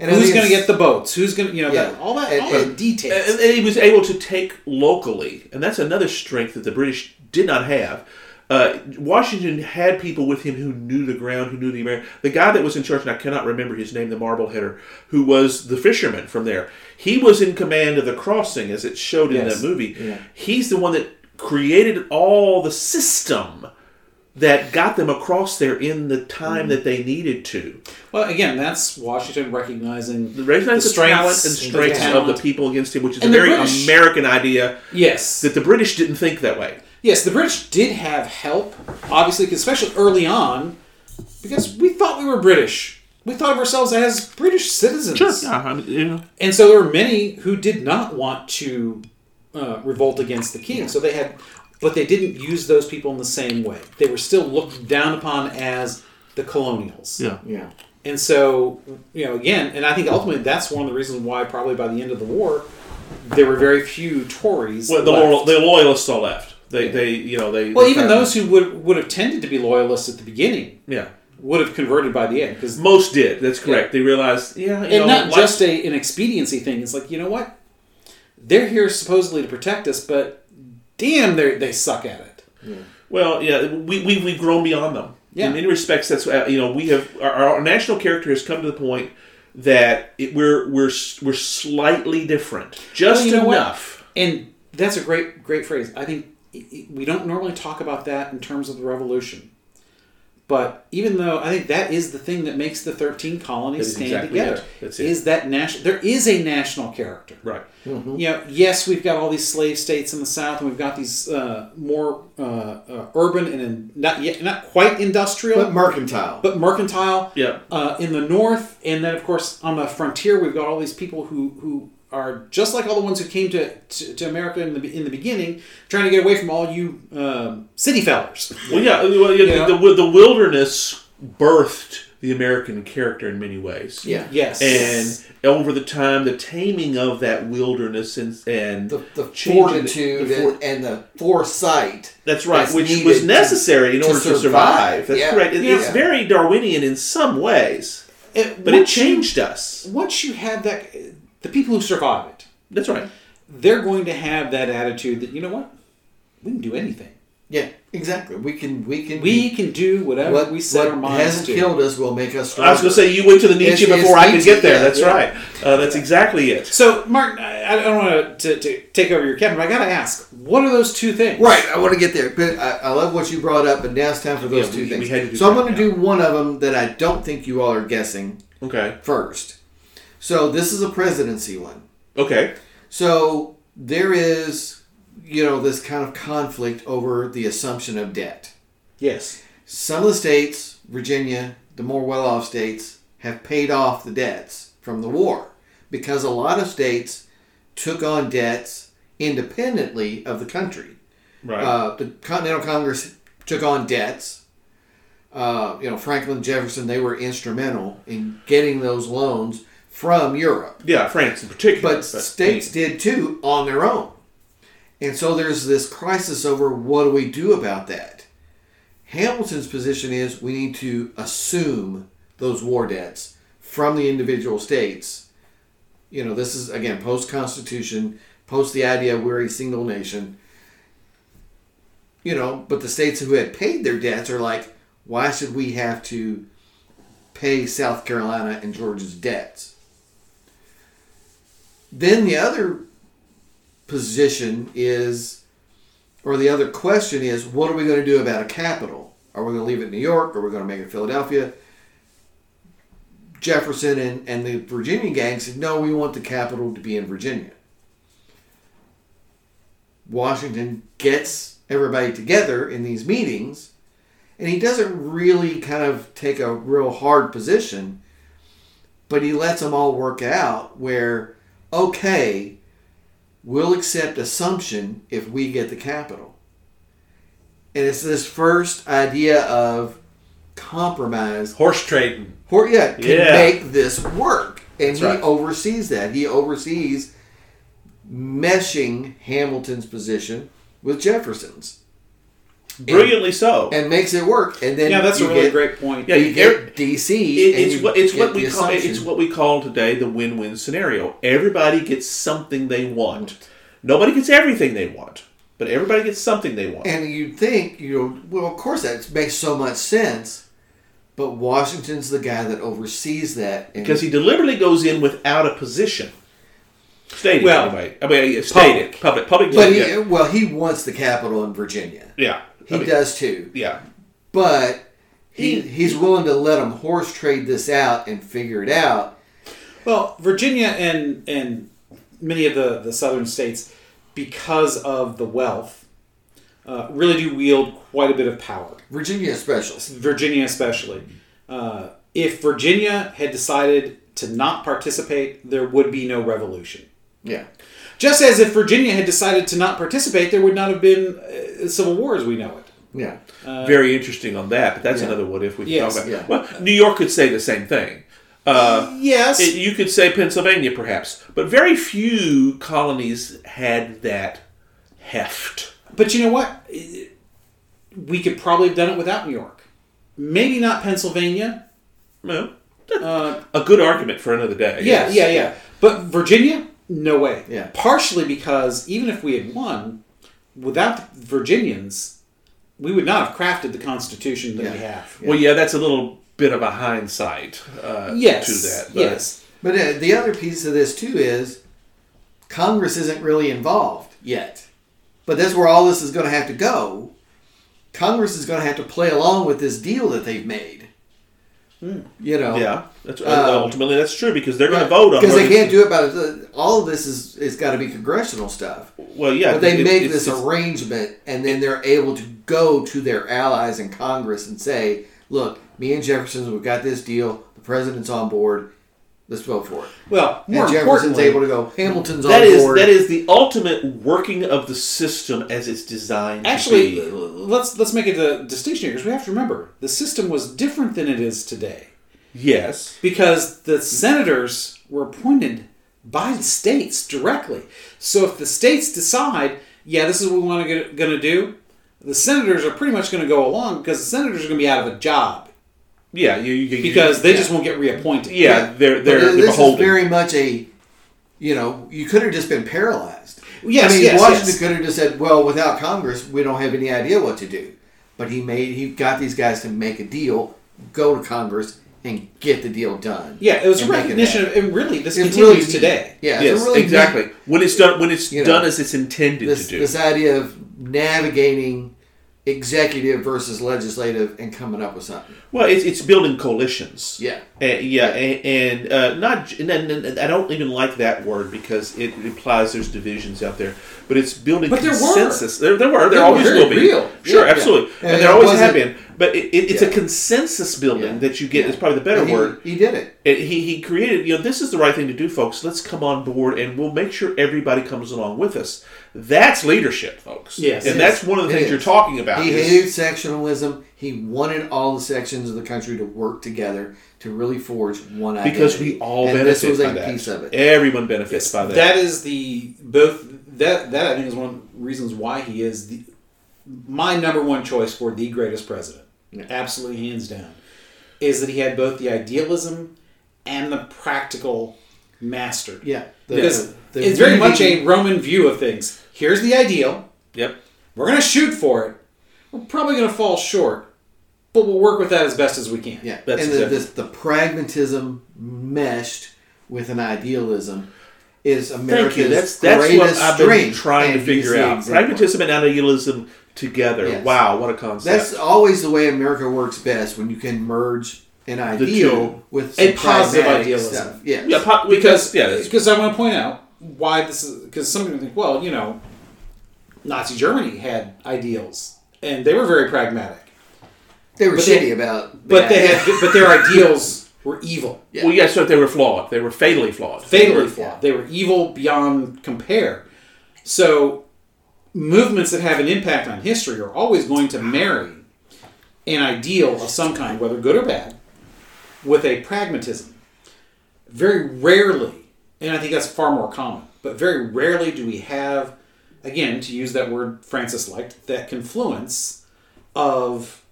A: And I
B: Who's
A: think
B: going to
A: it's-
B: get the boats? Who's going to, you know,
A: Yeah.
B: that, all that,
A: And-
B: all the
A: and-
B: details.
C: and, and he was able to take locally, and that's another strength that the British did not have. Uh, Washington had people with him who knew the ground, who knew the America. The guy that was in charge, and I cannot remember his name, the Marbleheader, who was the fisherman from there. He was in command of the crossing, as it showed in
B: Yes.
C: that movie.
A: Yeah.
C: He's the one that created all the system that got them across there in the time
B: Mm.
C: that they needed to.
B: well, again, that's Washington recognizing
C: The, the,
B: The
C: talent
B: strengths
C: and
B: and
C: strengths
B: the
C: of the
B: talent.
C: people against him, which is
B: And
C: a
B: the
C: very
B: British-
C: American idea
B: yes,
C: that the British didn't think that way.
B: yes, the British did have help, obviously, 'cause especially early on, because we thought we were British. We thought of ourselves as British citizens, and so there were many who did not want to uh, revolt against the king. So they had, but they didn't use those people in the same way. They were still looked down upon as the colonials.
A: Yeah,
B: And so, you know, again, and I think ultimately that's one of the reasons why probably by the end of the war, there were very few Tories.
C: Well, the,
B: left.
C: loyal, the loyalists all left. They, they, you know, they.
B: well,
C: they
B: even
C: found-
B: those who would would have tended to be loyalists at the beginning
C: Yeah,
B: would have converted by the end because
C: most did. That's correct. They realized, yeah, you
B: and
C: know,
B: not
C: like-
B: just a, an expediency thing. It's like you know what, they're here supposedly to protect us, but damn, they they suck at it.
C: Well, yeah, we, we, we've grown beyond them.
B: Yeah.
C: In many respects, that's, uh, you know, we have, our, our national character has come to the point that it, we're, we're, s- we're slightly different. Just
B: Well, you know what?
C: enough.
B: And that's a great, great phrase. I think i- i- we don't normally talk about that in terms of the revolution. But even though I think that is the thing that makes the 13 colonies
C: That is
B: stand
C: exactly
B: together,
C: it. That's it.
B: is that national, there is a national character.
C: Right. Mm-hmm.
B: You know, yes, we've got all these slave states in the South, and we've got these uh, more uh, uh, urban and in, not yet, not quite industrial,
A: but mercantile.
B: but mercantile
C: Yeah.
B: uh, in the north and then of course on the frontier we've got all these people who who are just like all the ones who came to, to, to America in the be- in the beginning trying to get away from all you um, city fellers
C: Well, yeah, well, yeah,
B: Yeah.
C: The, the, the wilderness birthed the American character in many ways.
A: yeah,
B: yes
C: and over the time the taming of that wilderness and and
A: the, the
C: changing
A: fortitude
C: the for-
A: and, and the foresight.
C: that's right
A: that's
C: which
A: needed
C: was
A: to-
C: necessary in
A: to
C: order to survive
A: survive.
C: that's
A: Yeah.
C: correct It- it's
A: Yeah.
C: very darwinian in some ways
B: It-
C: but it
B: once you-
C: changed us
B: once you have that the people who survive it
C: that's right
B: they're going to have that attitude that you know what we can do anything
A: Yeah, exactly. We can we can
B: we can do whatever
A: what
B: we set
A: what
B: our minds
A: hasn't
B: to
A: killed us will make us stronger.
C: i was going to say you went to the nietzsche
A: It's-
C: before
A: it's
C: i could
A: Nietzsche,
C: get there
A: yeah,
C: that's
A: yeah.
C: right uh, that's exactly it
B: so Martin I, I don't want to, to take over your cabin but I gotta ask what are those two things
A: Right, I want to get there, but I, I love what you brought up, and now it's time for those
C: Yeah,
A: two
C: we-
A: things.
C: we had to do
A: so I'm
C: that,
A: going to
C: yeah.
A: do one of them that I don't think you all are guessing
C: okay
A: first. So this is a presidency one.
C: okay
A: So there is you know, this kind of conflict over the assumption of debt.
B: Yes.
A: Some of the states, Virginia, the more well off states, have paid off the debts from the war because a lot of states took on debts independently of the country.
C: Right.
A: Uh, the Continental Congress took on debts. Uh, you know, Franklin Jefferson, they were instrumental in getting those loans from Europe.
C: yeah, France in particular.
A: But states did too on their own. And so there's this crisis over what do we do about that? Hamilton's position is we need to assume those war debts from the individual states. You know, this is again post Constitution, post the idea we're a single nation. You know, but the states who had paid their debts are like, why should we have to pay South Carolina and Georgia's debts? Then the other position is, or the other question is, what are we going to do about a capital? Are we going to leave it in New York? Are we going to make it Philadelphia? Jefferson and, and the Virginia gang said, no, we want the capital to be in Virginia. Washington gets everybody together in these meetings, and he doesn't really kind of take a real hard position, but he lets them all work out where, okay, will accept assumption if we get the capital. And it's this first idea of compromise,
C: horse trading.
A: or yeah, can
C: Yeah.
A: make this work. And he
C: right.
A: oversees that. He oversees meshing Hamilton's position with Jefferson's
C: Brilliantly so.
A: and makes it work. And then
B: Yeah, that's a
A: you
B: really
A: get,
B: great point.
C: yeah,
A: You
C: you
A: get DC.
C: It-
A: and
C: it's
A: you
C: what it's
A: get
C: what
A: the
C: we call it- it's
A: assumption.
C: what we call today the win-win scenario. Everybody gets something they want. Nobody gets everything they want, but everybody gets something they want.
A: And you'd think, you know, well, of course that makes so much sense, but Washington's the guy that oversees that. And
C: because he deliberately goes in without a position. Stated
B: Well,
C: anyway. I mean, stated public, public.
A: but he,
C: yeah,
A: well, he wants the capital in Virginia.
C: yeah.
A: He
C: I mean,
A: does too,
C: Yeah,
A: but he,
C: He-
A: he's willing to let him horse trade this out and figure it out.
B: Well, Virginia and and many of the, the southern states, because of the wealth, uh, really do wield quite a bit of power.
A: Virginia is special.
B: Virginia, especially. Uh, if Virginia had decided to not participate, there would be no revolution.
A: Yeah,
B: Just as if Virginia had decided to not participate, there would not have been uh, civil war as we know it.
A: yeah.
C: Uh, very interesting on that. But that's
A: yeah.
C: another what if we can
B: Yes,
C: talk about.
A: yeah.
C: Well, New York could say the same thing. Uh,
B: Yes,
C: it- you could say Pennsylvania, perhaps, but very few colonies had that heft.
B: But you know what? We could probably have done it without New York. Maybe not Pennsylvania.
C: Well,
B: Uh,
C: a good argument for another day.
B: yeah,
C: yes.
B: yeah, yeah. But Virginia, no way.
A: Yeah.
B: Partially because even if we had won, without the Virginians, we would not have crafted the Constitution that we
A: Yeah.
B: have.
C: Well, yeah, that's a little bit of a hindsight uh,
B: Yes.
C: to that. but-
B: yes.
A: But uh, the other piece of this too is Congress isn't really involved yet. But that's where all this is going to have to go. Congress is going to have to play along with this deal that they've made. You know,
C: Yeah, that's, uh,
A: Um,
C: ultimately that's true because they're going
A: Right.
C: to vote on
A: because they
C: whether-
A: can't do it by the, all of this is it's got to be congressional stuff.
C: Well, yeah,
A: But they
C: it-
A: make
C: it's-
A: this
C: it's-
A: arrangement, and then they're able to go to their allies in Congress and say, "Look, me and Jefferson, we've got this deal. The president's on board. Let's vote for it."
B: Well, more
A: and Jefferson's
B: importantly,
A: able to go. Hamilton's
C: that
A: on
C: is
A: board.
C: that is the ultimate working of the system as it's designed.
B: actually,
C: to be.
B: let's let's make a distinction here because we have to remember the system was different than it is today.
C: yes,
B: because the senators were appointed by the states directly. So if the states decide, yeah, this is what we want to going to do, the senators are pretty much going to go along because the senators are going to be out of a job
C: yeah, you, you, you-
B: because they
A: Mhm. Yeah.
B: just won't get reappointed.
C: yeah, they're
A: But
C: they're, they're
A: this
C: beholden.
A: is very much a, you know, you could have just been paralyzed.
B: Yes,
A: I mean,
B: yes,
A: Washington
B: yes.
A: could have just said, "Well, without Congress, we don't have any idea what to do." But he made he got these guys to make a deal, go to Congress, and get the deal done.
B: Yeah, it was a
A: And make it
B: recognition
A: happen.
B: of, and really, this
A: It's
B: continues
A: really neat.
B: today.
A: Yeah, it's a
C: yes,
A: really neat-
C: exactly. when it's done, when it's
A: you know,
C: done as it's intended
A: This
C: to do.
A: this idea of navigating executive versus legislative and coming up with something.
C: Well, it's, it's building coalitions.
A: Yeah.
C: Uh, yeah, and, and uh, not. j- And, and, and I don't even like that word because it implies there's divisions out there. But it's building
B: But there were.
C: consensus. There, there were. There
A: They were
C: always
A: very
C: will be.
A: real.
C: Sure,
A: Yeah, yeah.
C: absolutely.
A: And
C: And,
A: it
C: there always
A: wasn't-
C: have been. But it, it, it's
A: Yeah.
C: a consensus building
A: Yeah.
C: that you get. Is probably the better
A: And he,
C: word.
A: He did it.
C: And he, he created, you know, this is the right thing to do, folks. Let's come on board and we'll make sure everybody comes along with us. That's leadership, folks.
B: Yes.
C: And
B: It
C: that's one of the
A: It
C: things
A: is.
C: you're talking about.
A: He
C: is-
A: hated sectionalism. He wanted all the sections of the country to work together to really forge one
C: because
A: identity.
C: we all
A: and
C: benefit
A: this was
C: by
A: a
C: that.
A: piece of it.
C: Everyone benefits by that.
B: That is the both that that I think is one of the reasons why he is the my number one choice for the greatest president. Absolutely hands down. Is that he had both the idealism and the practical mastered.
A: Yeah. The-
B: Because
A: the- the
B: it's very much
A: reading-
B: a Roman view of things. Here's the ideal.
C: Yep.
B: We're gonna shoot for it. We're probably gonna fall short, but we'll work with that as best as we can.
A: Yeah,
C: That's
A: and the,
C: exactly-
A: this, the pragmatism meshed with an idealism is America's
C: Thank you. That's that's
A: greatest
C: what I've been
A: strength.
C: trying to
A: and he's
C: figure
A: the
C: out.
A: example.
C: Pragmatism and idealism together.
A: Yes.
C: Wow, what a concept.
A: That's always the way America works best when you can merge an ideal
C: two.
A: with some
B: A positive
A: pragmatic
B: idealism.
A: Stuff. Yes.
C: yeah,
B: because
C: po- because yeah, that's-
B: because I want to point out why this is because some people think well you know Nazi Germany had ideals and they were very pragmatic
A: they were
B: But
A: shitty
B: they-
A: about, that.
B: but they had but their ideals were evil
A: yeah.
C: well, yeah. So they were flawed. They were fatally flawed.
B: fatally
C: They were-
B: flawed they were evil beyond compare so movements that have an impact on history are always going to marry an ideal of some kind whether good or bad with a pragmatism very rarely, and I think that's far more common, but very rarely do we have, again, to use that word Francis liked, that confluence of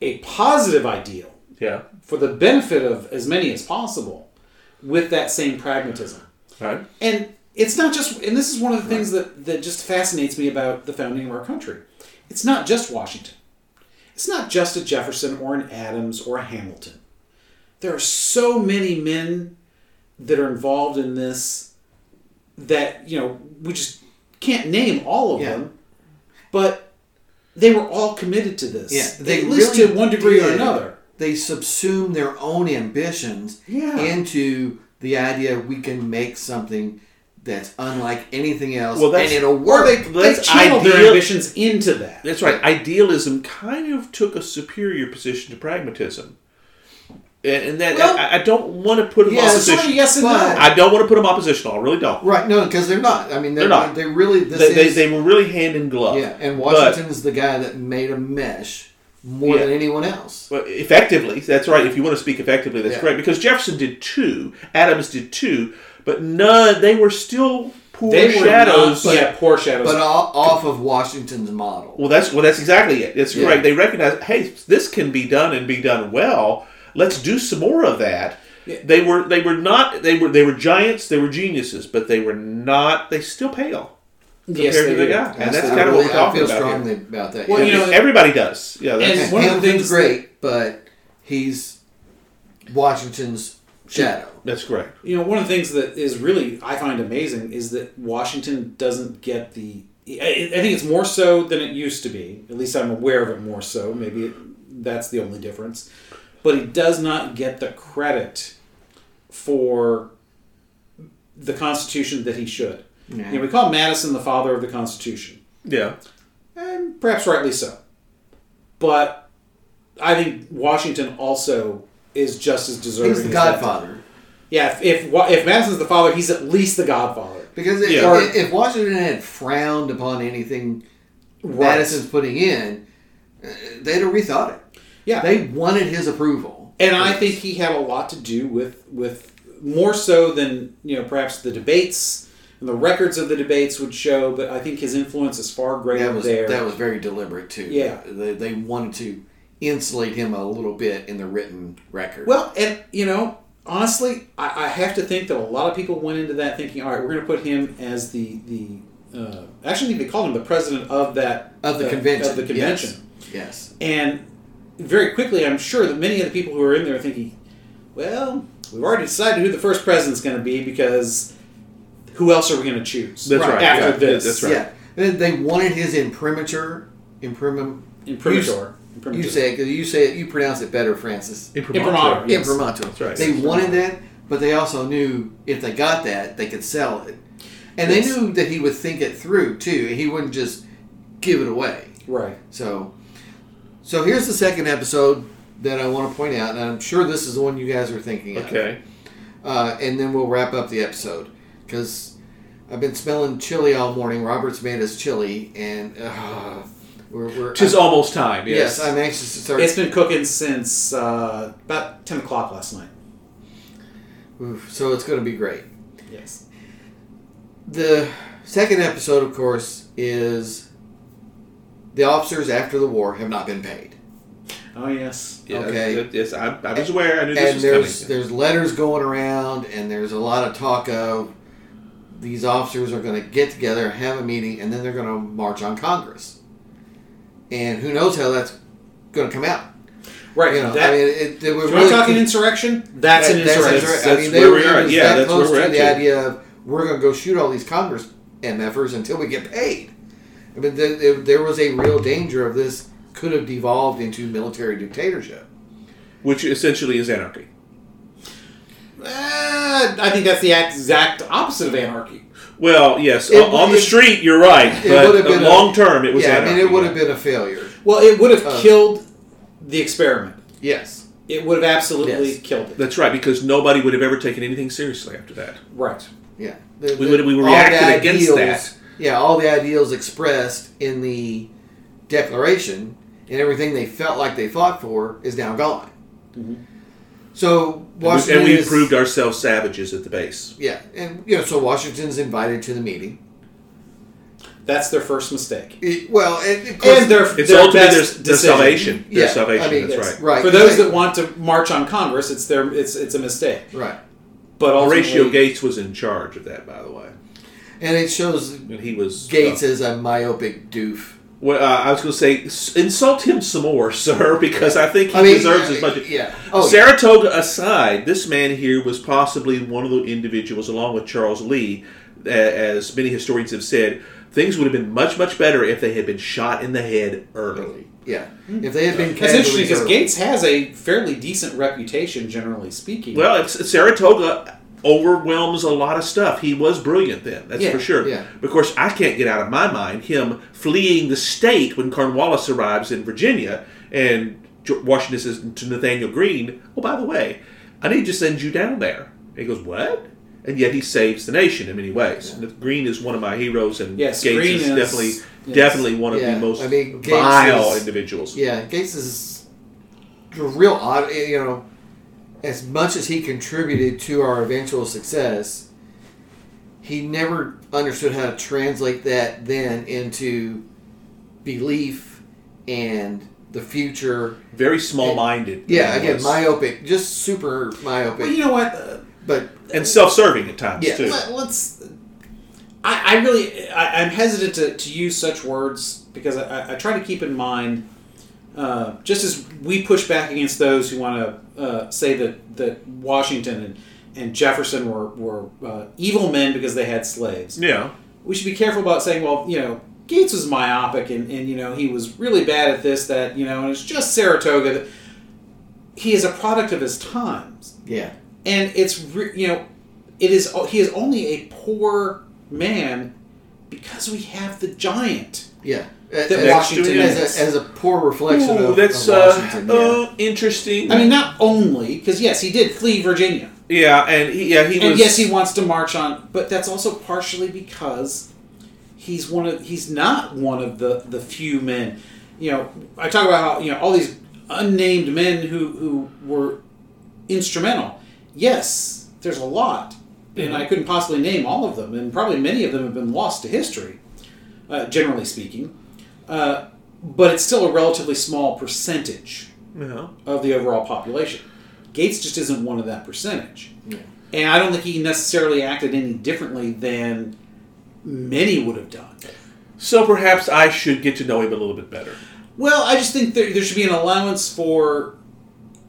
B: a positive ideal
C: Yeah.
B: for the benefit of as many as possible with that same pragmatism.
C: Right.
B: And it's not just, and this is one of the things that, that just fascinates me about the founding of our country. It's not just Washington, it's not just a Jefferson or an Adams or a Hamilton. There are so many men that are involved in this that, you know, we just can't name all of
A: Yeah.
B: them, but they were all committed to this.
A: Yeah, they
B: at least
A: really
B: to one degree or
A: did.
B: another.
A: They subsume their own ambitions
B: Yeah.
A: into the idea we can make something that's unlike anything else,
C: Well, that's-
A: and it'll
B: Or
A: work.
B: they, they
C: That's
B: channeled their
C: ideal-
B: ambitions into that.
C: That's right. Idealism kind of took a superior position to pragmatism, and, and that
A: Well-
C: I, I don't want to put them
A: Yeah,
B: Sort of
C: opposition.
B: yes and no.
A: But-
C: I don't want to put them oppositional. I really don't.
A: Right, no, because they're not. I mean, they're,
C: They're not.
A: They really. This
C: They, they,
A: is,
C: they were really hand in glove.
A: yeah, and
C: But-
A: Washington's the guy that made a mesh more
C: Yeah.
A: than anyone else.
C: Well, effectively, that's right. If you want to speak effectively, that's
A: Yeah.
C: correct. Because Jefferson did two, Adams did two, but none. They were still poor
B: They were
C: shadows.
B: not- yeah, poor shadows.
A: But uh, all, off of Washington's model.
C: Well, that's well, that's exactly it. That's
A: Yeah.
C: correct. They recognize, hey, this can be done and be done well. Let's do some more of that.
B: Yeah.
C: They were they were not they were they were giants. They were geniuses, but they were not. They still pale compared
B: yes, they
C: to the
B: do.
C: guy. And that's
A: I
C: kind of what
A: really-
C: we're talking
A: I feel
C: about. here.
A: strongly about that.
B: Well,
A: yeah.
B: you know,
C: Everybody does. Yeah, that's,
B: And one of the
A: Hamilton's
B: things
A: great, but he's Washington's shadow.
C: that's correct.
B: You know, one of the things that is really I find amazing is that Washington doesn't get the. I I think it's more so than it used to be. At least I'm aware of it more so. Maybe it, that's the only difference. But he does not get the credit for the Constitution that he should.
A: Yeah.
B: You know, we call Madison the father of the Constitution.
C: Yeah,
B: and perhaps rightly so. But I think Washington also is just as deserving.
A: He's the
B: as that.
A: Godfather.
B: Yeah, if, if Wa- if Madison's the father, he's at least the Godfather.
A: Because if,
C: Yeah.
A: if, if Washington had frowned upon anything Madison's putting in, uh, they'd have rethought it.
B: Yeah,
A: They wanted his approval.
B: and I think he had a lot to do with with more so than you know perhaps the debates and the records of the debates would show. But I think his influence is far greater
A: that was
B: there.
A: that was very deliberate too.
B: Yeah.
A: they, they wanted to insulate him a little bit in the written record.
B: Well, and you know, honestly, I, I have to think that a lot of people went into that thinking, all right, we're going to put him as the the uh, actually they called him the president of that uh,
A: of the convention,
B: of the convention,
A: yes. yes.
B: and very quickly, I'm sure that many of the people who are in there are thinking, well, we've already decided who the first president's going to be because who else are we going to choose
C: that's right.
B: after
C: Yeah,
B: this?
C: that's right.
A: Yeah. And They wanted his imprimatur Imprimum.
B: Imprimatur.
A: You
B: Imprimatur.
A: say it 'cause you say it. You pronounce it better, Francis.
B: Imprimatur. Yes.
A: Imprimatur.
C: That's right.
A: They wanted that, but they also knew if they got that, they could sell it, and
B: Yes.
A: they knew that he would think it through too. He wouldn't just give it away.
B: Right.
A: So, so here's the second episode that I want to point out, and I'm sure this is the one you guys are thinking of.
C: Okay.
A: Uh, and then we'll wrap up the episode because I've been smelling chili all morning. Robert's made us chili, and uh, we're, we're
C: Tis almost time. Yes.
A: yes, I'm anxious to start.
B: It's been cooking since uh, about 10 o'clock last night.
A: Oof, so it's going to be great.
B: Yes.
A: The second episode, of course, is the officers after the war have not been paid.
B: Oh, yes.
C: Yeah,
A: Okay.
C: that- Yes, I, I was aware. I knew this
A: and
C: was
A: there's
C: coming.
A: there's letters going around, and there's a lot of talk of these officers are going to get together, have a meeting, and then they're going to march on Congress. And who knows how that's going to come out?
B: Right.
A: You know,
B: that,
A: I mean, it, they were
B: if
A: really-
B: we're talking insurrection, that's an
A: that- that's
B: insurrection.
A: insurrect-
C: That's-
A: I mean,
C: that's
A: they
C: where
A: were
C: we are.
A: just
C: Yeah,
A: that
C: that's where
A: close
C: we're
A: to
C: at
A: the
C: here.
A: idea of we're going to go shoot all these Congress MFers until we get paid. I mean, there- there- there was a real danger of this could have devolved into military dictatorship.
C: Which essentially is anarchy.
B: Uh, I think that's the exact opposite of anarchy.
C: Well, yes.
A: It-
C: on on the
A: it-
C: street, you're right.
A: it
C: But uh,
A: would've been a-
C: long term, it was
A: yeah,
C: anarchy.
A: I mean, it would have been a failure.
B: Well, it would have
A: Uh,
B: killed the experiment.
A: Yes.
B: It would have absolutely
A: Yes.
B: killed it.
C: That's right, because nobody would have ever taken anything seriously after that.
B: Right.
A: Yeah, The-
C: We
A: the-
C: would- we were
A: all the
C: reacted against that.
A: Yeah, all the ideals expressed in the Declaration and everything they felt like they fought for is now gone. So
C: Mm-hmm. And we-
A: Washington
C: and we
A: is-
C: proved ourselves savages at the base.
A: Yeah, and you know, so Washington's invited to the meeting.
B: That's their first mistake.
A: It- well, and, of course,
B: And their,
C: It's
B: their
C: ultimately
B: best
C: their, their
B: decision.
C: salvation. Their
A: Yeah, I
C: salvation,
A: mean,
C: that's
B: yes.
C: right.
A: right
B: For those
A: they-
B: that want to march on Congress, it's their it's it's a mistake.
A: right,
B: But
C: Horatio
B: ultimately,
C: Gates was in charge of that, by the way.
A: and it shows
C: And he was. uh,
A: Gates as a myopic doof.
C: Well, uh, I was going to say, s- insult him some more, sir, because I think he
A: I mean,
C: deserves
A: yeah,
C: as much.
A: Yeah. Oh, yeah.
C: Saratoga aside, this man here was possibly one of the individuals, along with Charles Lee, a- as many historians have said, things would have been much, much better if they had been shot in the head early.
A: yeah. If they had been
B: that's interesting
A: casualties
B: because
A: early-
B: Gates has a fairly decent reputation, generally speaking.
C: Well, it's, Saratoga overwhelms a lot of stuff. He was brilliant then, that's
B: Yeah,
C: for sure.
A: yeah.
C: Of course, I can't get out of my mind him fleeing the state when Cornwallis arrives in Virginia and Jo- Washington says to Nathaniel Greene, "Oh, by the way, I need to send you down there." And he goes, "What?" And yet he saves the nation in many ways. And Green is one of my heroes, and
B: Yes,
C: Gates
B: Greene
C: is,
B: is-
C: definitely
B: yes.
C: definitely one of
A: Yeah,
C: the most
A: I mean, Gates
C: vile
A: is-
C: individuals.
A: Yeah, Gates is a real odd. You know, as much as he contributed to our eventual success, he never understood how to translate that then into belief and the future.
C: Very small-minded.
A: Yeah, again,
C: was.
A: myopic, just super myopic.
B: Well, you know what? Uh,
A: but
C: and self-serving at times
A: Yeah.
C: too.
B: let, us I, I really I, I'm hesitant to, to use such words because I, I, I try to keep in mind uh, just as we push back against those who want to uh, say that that Washington and, and Jefferson were were uh, evil men because they had slaves.
C: Yeah.
B: We should be careful about saying, well, you know, Gates was myopic and, and you know he was really bad at this that you know and it's just Saratoga. That he is a product of his times
A: yeah,
B: and it's re- you know it is he is only a poor man because we have the giant
A: yeah.
B: that
A: As,
B: Washington
A: as
B: is.
A: a, as a poor reflection
C: Ooh,
A: of,
C: that's
A: of
C: uh,
A: Washington. yeah.
C: uh, interesting.
B: I mean, not only because yes, he did flee Virginia,
C: yeah, and he, yeah, he
B: and
C: was.
B: yes, he wants to march on, but that's also partially because he's one of he's not one of the the few men. You know, I talk about how you know all these unnamed men who who were instrumental. Yes, there's a lot, and I couldn't possibly name all of them, and probably many of them have been lost to history, uh, generally speaking. Uh, but it's still a relatively small percentage
C: Yeah.
B: of the overall population. Gates just isn't one of that percentage. And I don't think he necessarily acted any differently than many would have done.
C: So perhaps I should get to know him a little bit better.
B: Well, I just think there, there should be an allowance for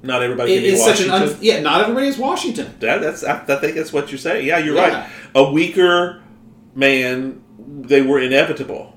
C: Not everybody
B: it,
C: can be
B: it's such an
C: Washington.
B: un, yeah. Not everybody is Washington.
C: That- that's I, I think that's what you're saying. Yeah, you're
B: Yeah.
C: right. A weaker man, they were inevitable.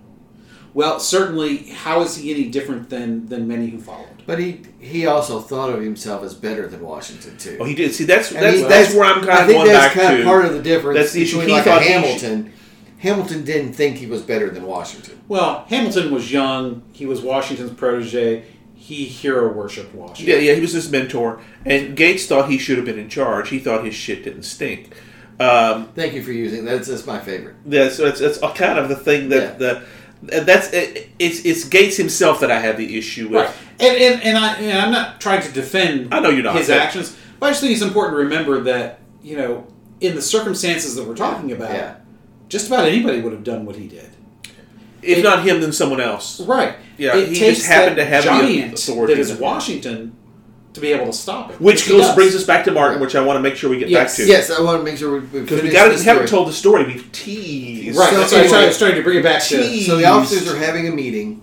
B: Well, certainly, how is he any different than than many who followed?
A: But he he also thought of himself as better than Washington too.
C: Oh, he did. See, that's
A: I
C: that's,
A: mean,
C: that's where I'm kind
A: I
C: of
A: think
C: going
A: that's
C: back
A: kind
C: to.
A: of part of the difference
C: That's the issue.
A: between
C: He
A: like
C: thought
A: a
C: he should-
A: Hamilton. Hamilton didn't think he was better than Washington.
B: Well, Hamilton was young. He was Washington's protege. He hero worshipped Washington.
C: yeah, yeah, he was his mentor, and Gates thought he should have been in charge. He thought his shit didn't stink. Um,
A: Thank you for using that's that's my favorite.
C: That's that's, that's a kind of the thing that the that's it, it's it's Gates himself that I have the issue with.
B: Right. And, and, and, I, and I'm not trying to defend
C: I know you're not,
B: his
C: but-
B: actions, but I just think it's important to remember that, you know, in the circumstances that we're talking about,
A: Yeah.
B: just about anybody would have done what he did.
C: If
B: It-
C: not him, then someone else.
B: Right.
C: Yeah,
B: It
C: he
B: takes
C: just happened
B: that
C: to have the
B: giant
C: authority
B: that is
C: to-
B: Washington to be able to stop it.
C: Which
B: he
C: goes,
B: does.
C: brings us back to Martin, which I want to make sure we get
B: Yes.
C: back to.
A: Yes, I want to make sure we, we
C: Because we
A: finish
C: got
A: this
C: we haven't
A: story.
C: told the story. We've teased.
B: Right.
A: So
B: that's what I'm
A: anyway-
B: trying, starting to bring it back to.
C: Gee.
A: So the officers are having a meeting.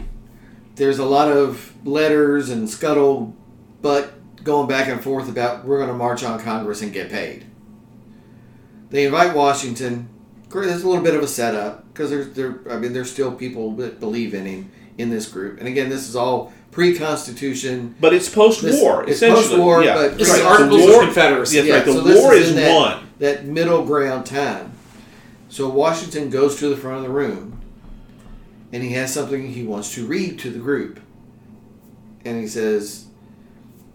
A: There's a lot of letters and scuttle, but going back and forth about we're going to march on Congress and get paid. They invite Washington. Great, there's a little bit of a setup because there's there. I mean, there's still people that believe in him in this group. And again, this is all pre-Constitution.
C: But it's post-war,
A: This- it's
C: essentially.
A: post-war,
C: yeah.
A: but-
B: This
A: Right.
B: is
A: The
B: Articles
C: war-
B: of Confederacy.
C: Yes. That's right, the
A: this
C: war
A: in
C: is
A: that,
C: won.
A: That middle ground time. So Washington goes to the front of the room, and he has something he wants to read to the group, and he says,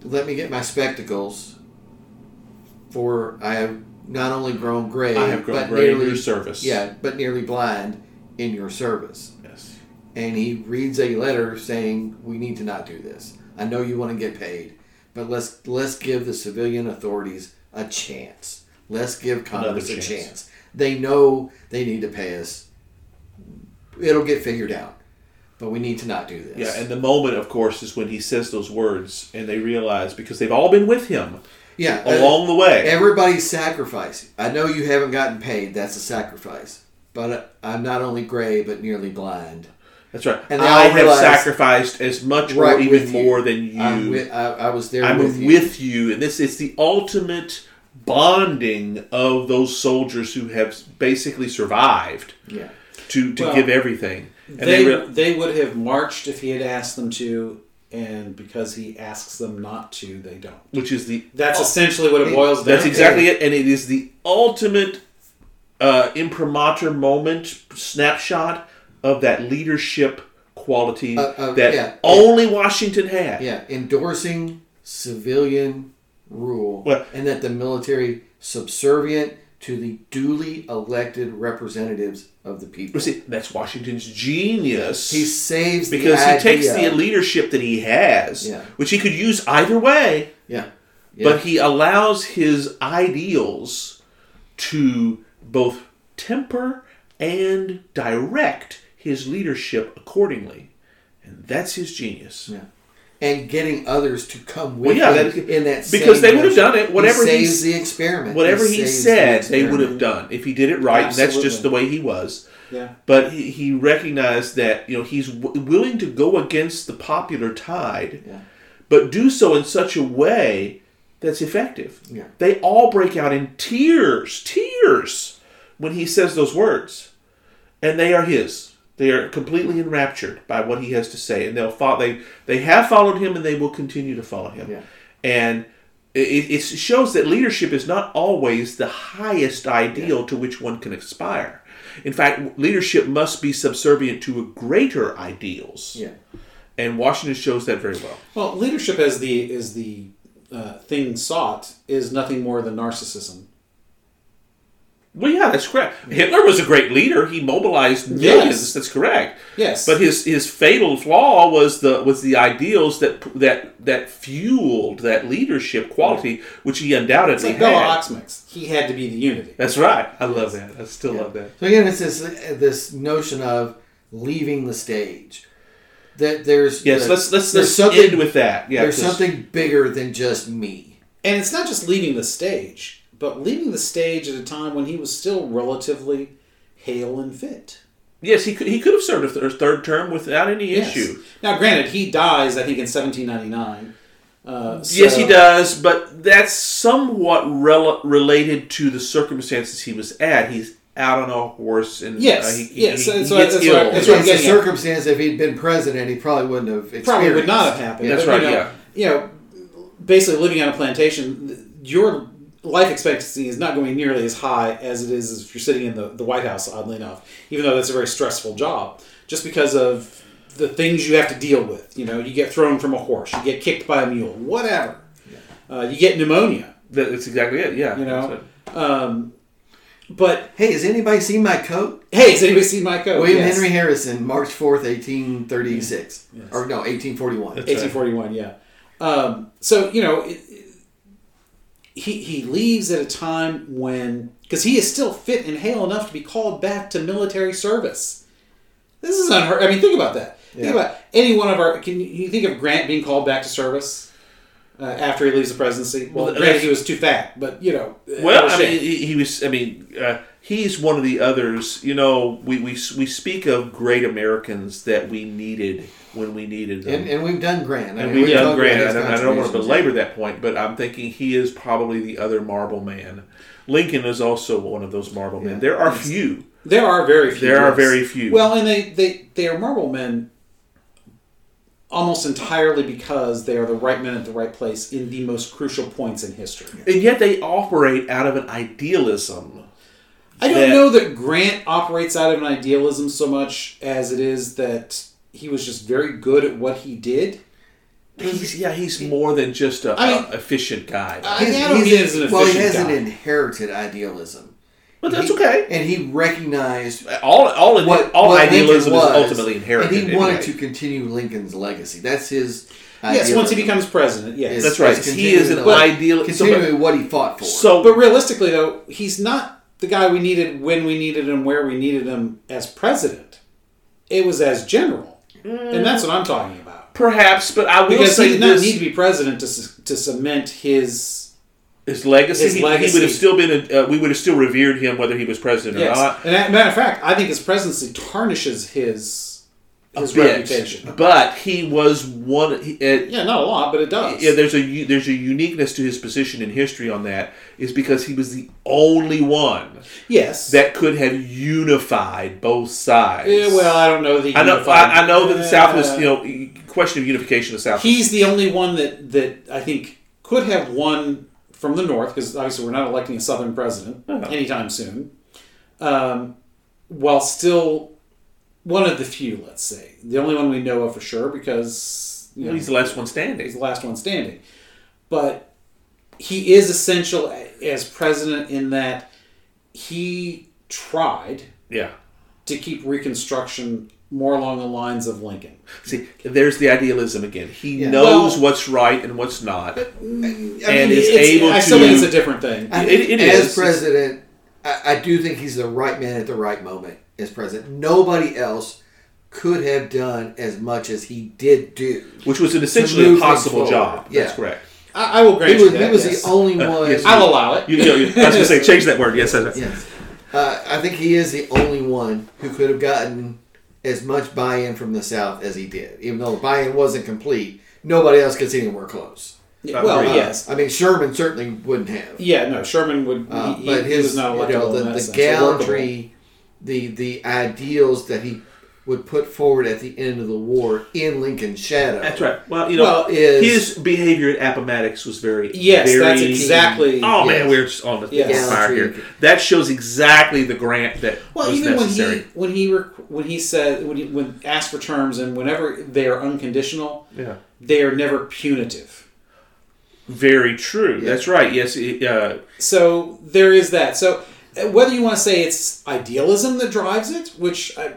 A: "Let me get my spectacles, for I have not only grown gray,
C: I have grown
A: but
C: great in
A: nearly
C: your service.
A: yeah, but nearly blind in your service."
C: Yes.
A: And he reads a letter saying, "We need to not do this. I know you want to get paid, but let's let's give the civilian authorities a chance. Let's give Congress
C: Another
A: a
C: chance.
A: chance. They know they need to pay us. It'll get figured out, but we need to not do this."
C: Yeah, and the moment, of course, is when he says those words, and they realize because they've all been with him
A: yeah, uh,
C: along the way.
A: Everybody's sacrificing. I know you haven't gotten paid. That's a sacrifice. But I'm not only gray, but nearly blind.
C: That's right.
A: And they
C: I
A: all
C: have
A: realize-
C: sacrificed as much
A: Right,
C: or
A: with
C: even
A: you.
C: more than you.
A: I'm with, I, I was there
C: I'm
A: with
C: with
A: you.
C: you. and this is the ultimate bonding of those soldiers who have basically survived
A: yeah.
C: to, to
B: Well,
C: give everything. And
B: They,
C: they,
B: they,
C: real
B: would have marched if he had asked them to, and because he asks them not to, they don't.
C: which is the
B: That's essentially what it boils down
C: Oh. that's
B: to.
C: exactly it, and it is the ultimate uh, imprimatur moment snapshot of that leadership quality
A: Uh, uh,
C: that
A: yeah.
C: only Washington had.
A: Yeah, endorsing civilian rule
C: Well-
A: and that the military subservient to the duly elected representatives of the people.
C: You see, that's Washington's genius.
A: he saves the
C: because he takes the
A: idea-
C: leadership that he has,
A: Yeah.
C: which he could use either way,
A: yeah, yeah,
C: but he allows his ideals to both temper and direct his leadership accordingly. And that's his genius.
A: yeah. and getting others to come
C: Well,
A: with
C: yeah,
A: him
C: that is-
A: in that
C: because
A: same
C: they would have
A: motion.
C: done it, whatever
A: he
C: he
A: saves
C: s-
A: the experiment.
C: Whatever he,
A: saves the
C: said, they would have
A: experiment.
C: done if he did it right, and that's just the way he was.
B: Yeah.
C: But he, he recognized that you know he's w- willing to go against the popular tide,
A: Yeah.
C: but do so in such a way that's effective.
A: Yeah.
C: They all break out in tears, tears, when he says those words, and they are his. They are completely enraptured by what he has to say, and they'll follow. They they have followed him, and they will continue to follow him.
A: Yeah.
C: And it, it shows that leadership is not always the highest ideal to which one can aspire. In fact, leadership must be subservient to greater ideals.
A: Yeah.
C: And Washington shows that very well.
B: Well, leadership as the is the uh, thing sought is nothing more than narcissism.
C: Well, yeah, that's correct. Hitler was a great leader. He mobilized millions.
B: Yes.
C: That's correct.
B: Yes,
C: But his his fatal flaw was the was the ideals that that that fueled that leadership quality, which he
B: it's
C: undoubtedly
B: like Bella
C: had.
B: Oxmix. He had to be the unity.
C: That's right. I love that. I still love that.
A: So again, it's this this notion of leaving the stage. That there's
C: Yes,
A: that
C: let's let's
A: there's
C: let's
A: something-
C: end with that. Yeah,
A: there's
C: 'cause-
A: something bigger than just me.
B: And it's not just leaving the stage, but leaving the stage at a time when he was still relatively hale and fit.
C: Yes, he could, he could have served a third, third term without any
B: Yes.
C: issue.
B: Now, granted, he dies. I think in 1799. Uh, so-
C: Yes, he does, but that's somewhat rel- related to the circumstances he was at. He's out on a horse and
B: Yes,
C: uh, he, he-
B: yes,
C: he- he
B: that's what-
C: gets
B: that's
C: ill.
B: what- that's what I'm
A: It's a
B: getting at.
A: circumstance. If he'd been president, he probably wouldn't have. Experienced.
B: probably would not have happened.
C: That's
B: But,
C: right,
B: You know,
C: yeah.
B: You know, basically living on a plantation, th- your life expectancy is not going nearly as high as it is if you're sitting in the, the White House, oddly enough, even though that's a very stressful job, just because of the things you have to deal with. You know, you get thrown from a horse, you get kicked by a mule, whatever. Uh, you get pneumonia,
C: That- That's exactly it. Yeah,
B: you
C: That's
B: know.
C: it.
B: Um, but
A: Hey, has anybody seen my coat?
B: hey, has anybody seen my coat?
A: William
B: Oh, Yes.
A: Henry Harrison, March fourth, eighteen thirty-six,
B: Yes.
A: or no, eighteen forty-one.
C: That's right.
B: 1841, yeah. Um, so, you know, it, it- he, he leaves at a time when, because he is still fit and hale enough to be called back to military service. This is unheard I mean, think about that.
A: Yeah.
B: Think about any one of our. Can you- you think of Grant being called back to service uh, after he leaves the presidency? Well,
C: Well,
B: granted, he was too fat, but, you know.
C: Well, I
B: shame.
C: mean, he, he was. I mean, uh, he's one of the others. You know, we, we we speak of great Americans that we needed when we needed them.
A: And, and we've done Grant. I
C: And
A: mean,
C: we
A: we've
C: done
A: talked about
C: Grant.
A: his
C: I don't, I don't want to
A: contributions.
C: belabor that point, but I'm thinking he is probably the other marble man. Lincoln is also one of those marble men. There are few.
B: There are very few.
C: There are
B: yes.
C: very few.
B: Well, and they, they, they are marble men almost entirely because they are the right men at the right place in the most crucial points in history.
C: and yet they operate out of an idealism.
B: I don't
C: That-
B: know that Grant operates out of an idealism so much as it is that he was just very good at what he did.
C: He's, yeah, he's more than just a,
B: I mean-
C: a efficient guy.
B: I mean, I don't mean as an
A: well, he
B: efficient
A: has
B: guy.
A: an inherited idealism,
C: but that's okay.
A: and he recognized
C: All all
A: what
C: all
A: what
C: idealism
A: Lincoln was,
C: is ultimately inherited.
A: And he wanted
C: anyway.
A: to continue Lincoln's legacy. That's his.
B: Yes, once
A: idealism.
B: he becomes president, yes.
A: Is-
C: That's right.
A: is
C: He is an
A: continuing the-
C: ideal-
A: Continuing what he fought for.
C: So,
B: But realistically, though, he's not the guy we needed when we needed him, where we needed him as president. It was as general. And that's what I'm talking about.
C: perhaps, but I will
B: Because
C: say
B: he did not
C: this:
B: need to be president to, c- to cement his.
C: his legacy,
B: his
C: he- he
B: legacy.
C: would have still been. A, uh, we would have still revered him whether he was president
B: Yes.
C: or not.
B: and a- matter of fact, I think his presidency tarnishes his his
C: bit,
B: reputation.
C: But he was one. He, uh,
B: Yeah, not a lot, but it does.
C: yeah, there's a u- there's a uniqueness to his position in history on that is because he was the only one
B: yes.
C: that could have unified both sides.
B: Yeah, well, I don't know the.
C: I know I, I know that the South was
B: Uh,
C: you know question of unification of the South. was-
B: He's the only one that that I think could have won from the North because obviously we're not electing a Southern president anytime soon. Um, while still one of the few, let's say, the only one we know of for sure because you know,
C: he's the last one standing.
B: he's the last one standing. But he is essential a- as president in that he tried
C: Yeah.
B: to keep Reconstruction more along the lines of Lincoln.
C: See, there's the idealism again. He
A: Yeah.
B: Well-
C: knows
B: mm,
C: what's right and what's not.
A: I
C: and
A: mean,
C: is
B: It's-
C: able
B: I still
C: to-
B: think it's a different thing.
A: I
C: It-
A: think
C: it
A: as
C: is.
A: president, I, I do think he's the right man at the right moment as president. Nobody else could have done as much as he did do.
C: which was an
A: To
C: essentially
A: move
C: impossible
A: things
C: job.
A: forward. Yeah.
C: That's correct.
B: I, I will
A: He
B: grant you
A: was,
B: that.
A: he was
B: yes.
A: the only one.
C: yes.
B: I'll allow it.
C: You, you know, you- I was going to say change that word. Yes, that's,
A: Yes. Uh, I think he is the only one who could have gotten as much buy-in from the South as he did, even though the buy-in wasn't complete. Nobody else gets anywhere close.
B: Yeah, well,
C: Agreed.
A: Uh,
B: yes.
A: I mean, Sherman certainly wouldn't have.
B: Yeah, no, Sherman would.
A: Uh,
B: he,
A: but
B: he
A: his
B: was not
A: you know,
B: electable.
A: the,
B: in that
A: the
B: sense, workable.
A: gallantry, the the ideals that he would put forward at the end of the war in Lincoln's shadow.
C: that's right. Well, you know,
B: Well,
A: is-
C: his behavior at Appomattox was very
B: Yes,
C: very-
B: that's exactly.
C: Oh man,
A: Yes.
C: we're just on the
B: Yes.
C: fire here. That shows exactly the grant that
B: Well,
C: was
B: even
C: necessary.
B: when he when he rec- when he said when he when asked for terms and whenever they are unconditional,
C: yeah,
B: they are never punitive.
C: very true. That's right. Yes, it, uh,
B: So there is that. So uh, whether you want to say it's idealism that drives it, which I,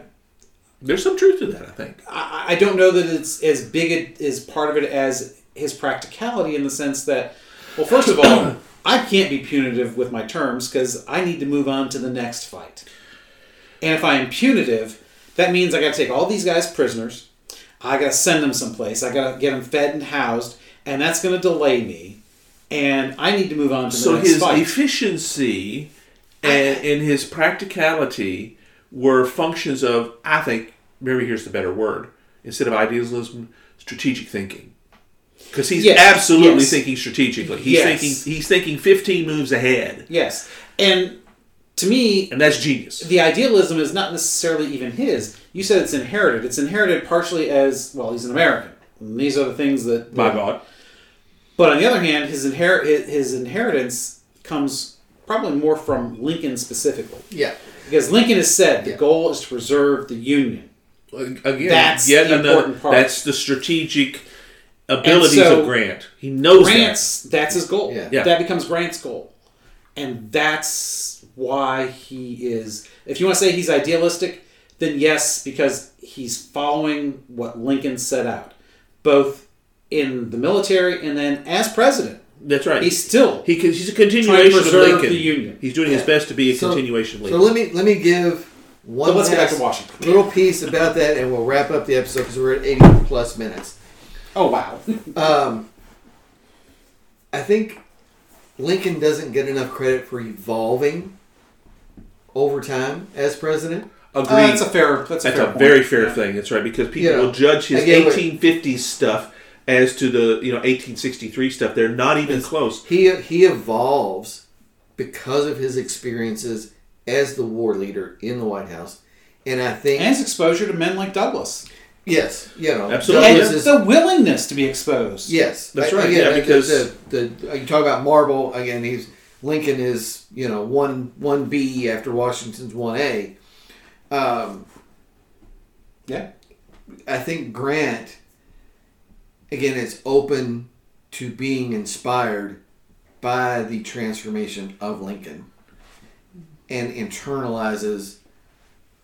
C: there's some truth to that. I think.
B: I, I don't know that it's as big a, as part of it as his practicality in the sense that, well, first of all, I can't be punitive with my terms because I need to move on to the next fight. And if I am punitive, that means I got to take all these guys prisoners. I got to send them someplace. I got to get them fed and housed, and that's going to delay me. And I need to move on to the
C: So
B: next
C: his
B: fight.
C: efficiency and, and his practicality were functions of, I think, maybe here's the better word, instead of idealism, strategic thinking. Because he's
B: Yes,
C: absolutely
B: yes.
C: thinking strategically. He's
B: Yes.
C: thinking he's thinking 15 moves ahead.
B: Yes, and to me,
C: and that's genius.
B: the idealism is not necessarily even his. You said it's inherited. It's inherited partially as well. He's an American. And these are the things that
C: My God,
B: But on the other hand, his inher- his inheritance comes probably more from Lincoln specifically,
A: Yeah.
B: because Lincoln has said the
A: Yeah.
B: goal is to preserve the Union.
C: again,
B: That's
C: yet
B: the
C: another.
B: important part.
C: That's the strategic abilities
B: so-
C: of Grant. He knows that.
B: Grant's that's his goal.
A: Yeah.
C: Yeah.
B: That becomes Grant's goal, and that's why he is. If you want to say he's idealistic, then yes, because he's following what Lincoln set out, both in the military and then as president.
C: That's right.
B: He's still
C: He con- he's a continuation of
B: preserve
C: Lincoln.
B: the Union.
C: He's doing his best to be a continuation of
A: So
C: Lincoln.
A: let me let me give one
B: So let's get back
A: last
B: to Washington.
A: little piece about that, and we'll wrap up the episode because we're at eighty plus minutes.
B: Oh wow.
A: Um, I think Lincoln doesn't get enough credit for evolving over time as president.
C: Agreed.
B: Uh, that's a fair. That's a
C: That's
B: fair
C: a
B: point.
C: very fair
B: Yeah.
C: thing. That's right because people
A: Yeah.
C: will judge his
A: Again, wait.
C: 1850s stuff as to the you know 1863 stuff. They're not even close.
A: He he evolves because of his experiences as the war leader in the White House, and I think
B: And his exposure to men like Douglas.
A: yes, you know,
C: Absolutely.
B: and
A: Douglas is-
B: the willingness to be exposed.
A: Yes,
C: That's
A: A-
C: right,
A: Again,
C: yeah,
A: the-
C: because-
A: the, the, you talk about Marble again. He's Lincoln is you know one one B after Washington's one A. Um,
B: Yeah.
A: I think Grant again is open to being inspired by the transformation of Lincoln and internalizes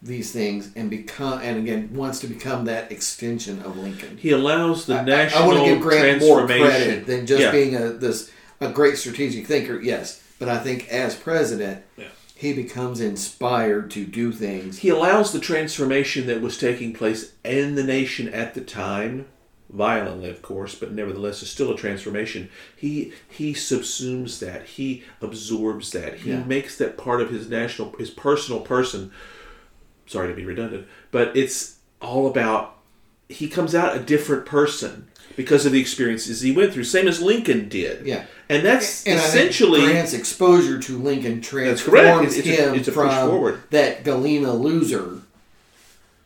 A: these things and become and again wants to become that extension of Lincoln.
C: He allows the
A: I-
C: national
A: I, want to give Grant more
C: transformation
A: credit than just
C: Yeah.
A: being a this a great strategic thinker. Yes, but I think as president,
C: Yeah.
A: he becomes inspired to do things.
C: He allows the transformation that was taking place in the nation at the time, violently, of course, but nevertheless, is still a transformation. He he subsumes that. He absorbs that. He
A: Yeah.
C: makes that part of his national, his personal person. Sorry to be redundant, but it's all about. He comes out a different person because of the experiences he went through, same as Lincoln did.
A: Yeah.
C: and that's
A: And I think
C: essentially
A: Grant's exposure to Lincoln
C: That's correct.
A: transforms
C: It's- it's a-
A: him
C: it's a push
A: from
C: forward.
A: that Galena loser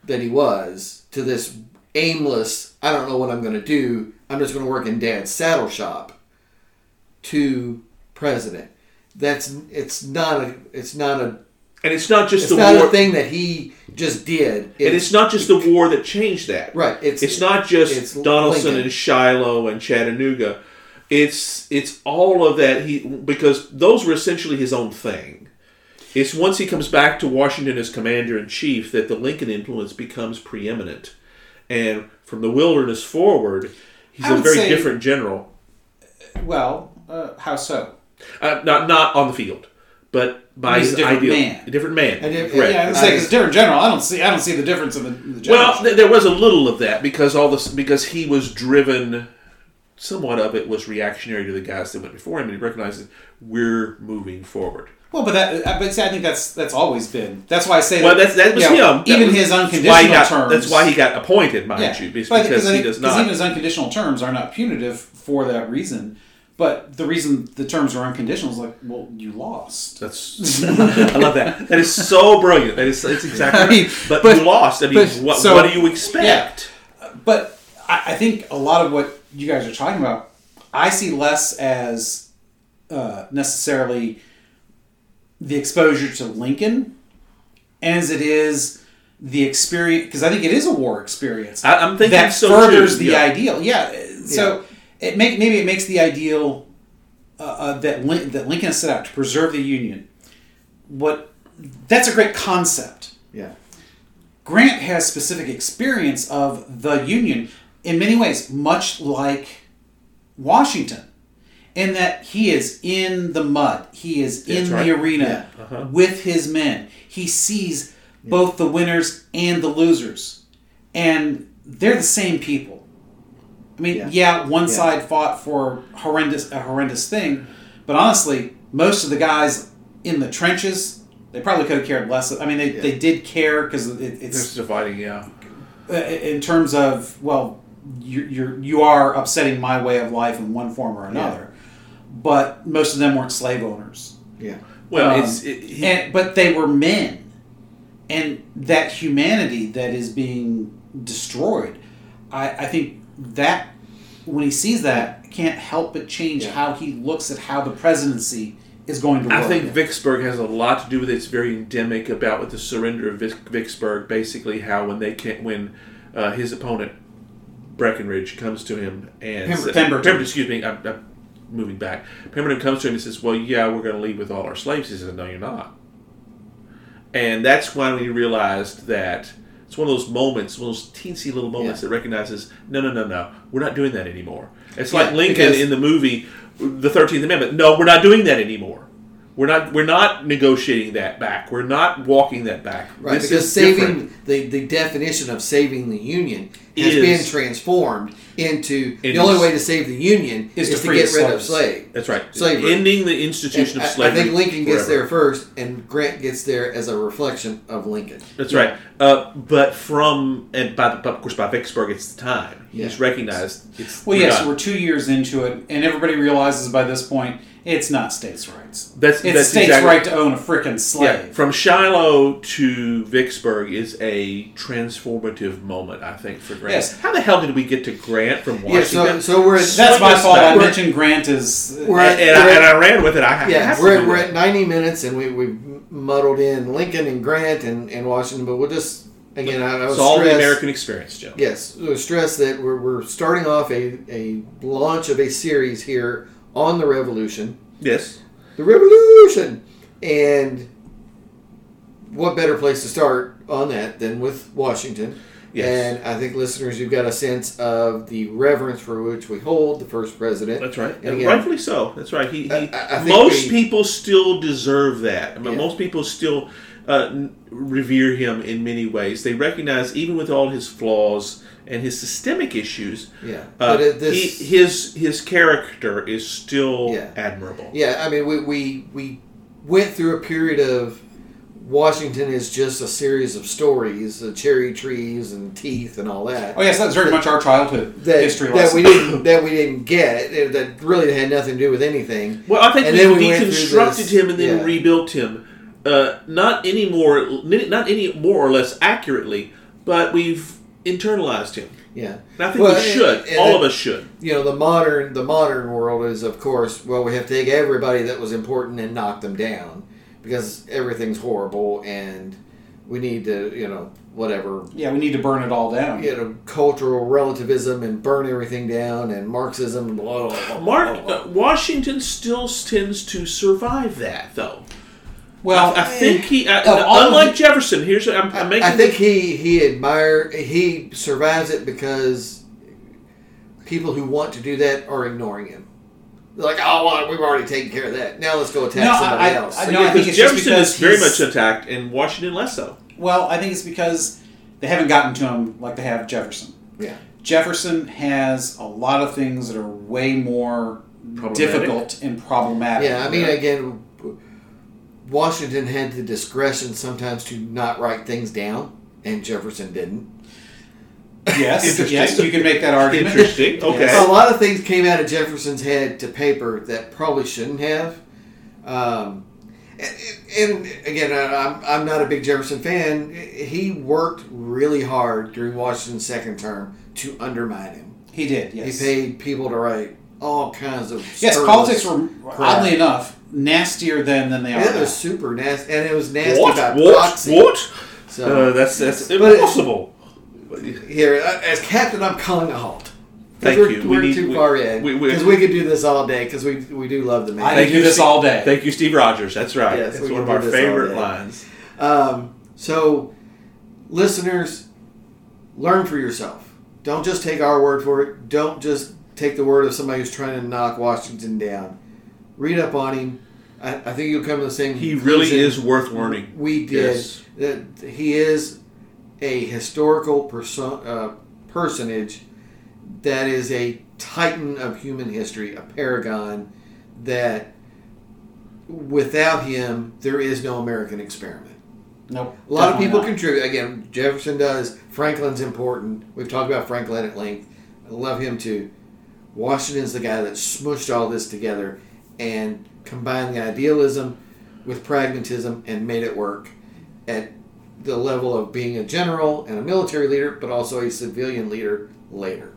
A: that he was to this aimless. I don't know what I'm going to do. I'm just going to work in Dad's saddle shop. To president, that's it's not a it's not a
C: and it's not just
A: it's
C: the
A: not
C: war.
A: a thing that he just did.
C: and it's not just the war that changed that.
A: right. It's
C: It's not just
A: it's
C: Donaldson
A: Lincoln.
C: and Shiloh and Chattanooga. It's it's all of that. He because those were essentially his own thing. It's once he comes back to Washington as commander in chief that the Lincoln influence becomes preeminent, and from the wilderness forward, he's
B: I
C: a
B: would
C: very
B: say-
C: different general.
B: Well, uh, how so?
C: Uh, not not on the field, but by
B: He's a
C: his
B: different
C: ideal,
B: man.
C: a different man.
A: A diff-
C: correct.
B: Yeah, I was saying it's different general. I don't see. I don't see the difference in the, in the general.
C: Well, th- there was a little of that because all this because he was driven. Somewhat of it was reactionary to the guys that went before him, and he recognizes we're moving forward.
B: well, but that. uh, But see, I think that's that's always been. That's why I say.
C: Well, that's that was
B: you know,
C: him. That
B: even
C: was-
B: his
C: that's
B: unconditional
C: why he got-
B: terms.
C: That's why he got appointed, mind
B: Yeah,
C: you, is
B: But I think-
C: because
B: I
C: he
B: think-
C: does
B: 'cause
C: not.
B: even his unconditional terms are not punitive for that reason. But the reason the terms are unconditional is like, well, you lost.
C: that's I love that. That is so brilliant. That is it's exactly.
B: I mean,
C: right. But,
B: but-
C: you lost. I mean,
B: but-
C: what,
B: so-
C: what do you expect?
B: But I, I think a lot of what you guys are talking about, I see less as uh, necessarily the exposure to Lincoln as it is the experience, because I think it is a war experience
C: I, I'm thinking
B: that
C: so
B: furthers
C: too.
B: the
C: yeah.
B: ideal. Yeah. So it make, maybe it makes the ideal uh, uh, that Lin- that Lincoln set out to preserve the Union. What that's a great concept.
A: yeah.
B: Grant has specific experience of the Union in many ways, much like Washington, in that he is in the mud, he is
C: That's
B: in
C: right.
B: the arena
C: Yeah. Uh-huh.
B: with his men. He sees both the winners and the losers, and they're the same people. I mean,
A: Yeah.
B: yeah, one
A: Yeah.
B: side fought for horrendous a horrendous thing, but honestly, most of the guys in the trenches. They probably could have cared less. I mean, they,
A: Yeah.
B: they did care because it, it's
C: There's dividing. Yeah.
B: uh, in terms of well you you're, you are upsetting my way of life in one form or another but most of them weren't slave owners
A: Yeah.
C: Well,
B: Um,
C: it's it, he,
B: and, but they were men, and that humanity that is being destroyed. I, I think that when he sees that, can't help but change
C: Yeah.
B: how he looks at how the presidency is going to work.
C: I think Vicksburg has a lot to do with it. It's very endemic about with the surrender of Vic- Vicksburg. Basically, how when they can't when uh, his opponent Breckinridge comes to him and
B: Pember-
C: says-
B: Pemberton.
C: excuse me, I'm, I'm moving back. Pemberton comes to him and says, "Well, yeah, we're going to leave with all our slaves." He says, "No, you're not." And that's when we realized that it's one of those moments, one of those teensy little moments that recognizes, no, no, no, no, we're not doing that anymore. It's like
A: Yeah,
C: Lincoln
A: because-
C: in the movie, The Thirteenth Amendment. No, we're not doing that anymore. We're not. We're not negotiating that back. We're not walking that back.
A: Right,
C: This
A: because
C: is
A: saving
C: different.
A: the, the definition of saving the union has
C: Is-
A: been transformed into
C: It
A: the only
C: is-
A: way to save the union
B: is
A: is,
B: to
A: to,
B: free
A: get
B: the
A: rid of
B: slaves.
A: slaves.
C: That's right.
A: Slavery.
C: Ending the institution
A: And
C: of
A: I, I
C: slavery.
A: think Lincoln gets
C: forever.
A: there first, and Grant gets there as a reflection of Lincoln.
C: That's right. Uh, but from and by, the- but of course by Vicksburg, it's the time.
A: Yeah.
C: He's recognized. It's
B: Well, yes,
C: done.
B: we're two years into it, and everybody realizes by this point it's not states' rights.
C: That's-
B: it's
C: that's
B: states'
C: exactly-
B: right to own a freaking slave.
C: Yeah, from Shiloh to Vicksburg is a transformative moment, I think, for Grant.
B: Yes.
C: How the hell did we get to Grant from
A: Yeah,
C: Washington?
A: so, so we're at,
B: That's my
C: Swing us
B: fault. I
C: back.
B: mentioned Grant is.
A: We're
C: and, and I, and I ran with it. I have
A: yeah,
C: to
A: we're,
C: do
A: at, we're
C: that.
A: at 90 minutes, and we, we've muddled in Lincoln and Grant and, and Washington, but we'll just, again, I, I was
C: It's all the
A: stressed-
C: American experience, Jim.
A: Yes, uh, stress that we're, we're starting off a, a launch of a series here on the revolution.
C: Yes.
A: The revolution! And what better place to start on that than with Washington?
C: Yes.
A: And I think, listeners, you've got a sense of the reverence for which we hold the first president.
C: That's right.
A: And again-
C: rightfully so. That's right. He, he
A: I- I- I think
C: most
A: we-
C: people still deserve that. I mean,
A: Yeah.
C: Most people still uh, n- revere him in many ways. They recognize, even with all his flaws and his systemic issues,
A: Yeah.
C: uh,
A: but it, this,
C: he, his his character is still
A: Yeah.
C: admirable.
A: Yeah, I mean, we, we we went through a period of Washington is just a series of stories, the cherry trees and teeth and all that.
B: Oh yes, that's very much our childhood
A: That,
B: history
A: that
B: lesson.
A: we didn't that we didn't get eh, that really had nothing to do with anything.
C: Well, I think
A: And
C: we
A: then we went through
C: deconstructed
A: this-
C: him and then
A: yeah.
C: rebuilt him. Uh, not any more, not any more or less accurately, but we've internalized him.
A: Yeah,
C: And I think
A: Well,
C: we
A: and-
C: should.
A: and
C: All
A: then-
C: of us should.
A: you know the modern the modern world is of course well we have to take everybody that was important and knock them down because everything's horrible and we need to you know whatever
B: yeah, we need to burn it all down.
A: you know, cultural relativism and burn everything down and Marxism and blah, blah, blah, blah.
C: Mark
A: blah,
C: uh, Washington still s- tends to survive that, though.
B: Well, eh,
C: I
A: Oh,
C: think
A: eh.
C: he, I,
B: Of all
C: unlike
B: of
C: Jefferson. Here's I'm,
A: blah.
C: I'm making.
A: I think he, he admire he survives it because people who want to do that are ignoring him. They're like, oh, well, we've already taken care of that. Now let's go attack
B: No, I-
A: somebody
B: I-
A: else.
B: I-
C: the-
B: no, I
C: because
B: think it's just
C: Jefferson
B: because
C: is very
B: he's-
C: much attacked, and Washington less so.
B: well, I think it's because they haven't gotten to him like they have Jefferson.
A: yeah.
B: Jefferson has a lot of things that are way more
C: Problematic.
B: difficult and problematic.
A: Yeah, I mean, again, Washington had the discretion sometimes to not write things down, and Jefferson didn't.
B: yes,
C: Interesting.
B: yes, you can make that argument.
C: Interesting. Okay.
A: So a lot of things came out of Jefferson's head to paper that probably shouldn't have. Um, and, and again, I- I'm, I'm not a big Jefferson fan. He worked really hard during Washington's second term to undermine him.
B: He did. Yes.
A: He paid people to write all kinds of
B: yes,
A: scurrilous-
B: politics were oddly
A: crap.
B: enough nastier then than they are.
A: It
B: now.
A: was super nasty, and it was nasty by
C: what? What?
A: proxy.
C: What?
A: So
C: Uh, that's that's
A: But it-
C: impossible.
A: here, uh, as captain, I'm calling a halt. 'Cause
C: Thank
A: we're,
C: you. We
A: We're
C: need-
A: too
C: we-
A: far in
C: we- we-
A: because we, could do this all day because we we do love the man.
B: I
C: Thank
B: could do
C: you,
B: this
C: Steve.
B: all day.
C: Thank you, Steve Rogers. That's right.
A: Yes,
C: that's
A: we
C: one of
A: can
C: our
A: do this all
C: favorite
A: day.
C: lines.
A: Um, so, listeners, learn for yourself. Don't just take our word for it. Don't just take the word of somebody who's trying to knock Washington down. Read up on him. I, I think you'll come to the same.
C: He really
A: conclusion
C: is worth learning.
A: We did.
C: Yes.
A: That he is a historical perso- uh, personage that is a titan of human history, a paragon that without him, there is no American experiment.
B: Nope.
A: A lot of
B: definitely
A: people
B: not.
A: contribute. Again, Jefferson does. Franklin's important. We've talked about Franklin at length. I love him too. Washington's the guy that smushed all this together and combined the idealism with pragmatism and made it work at the level of being a general and a military leader, but also a civilian leader later.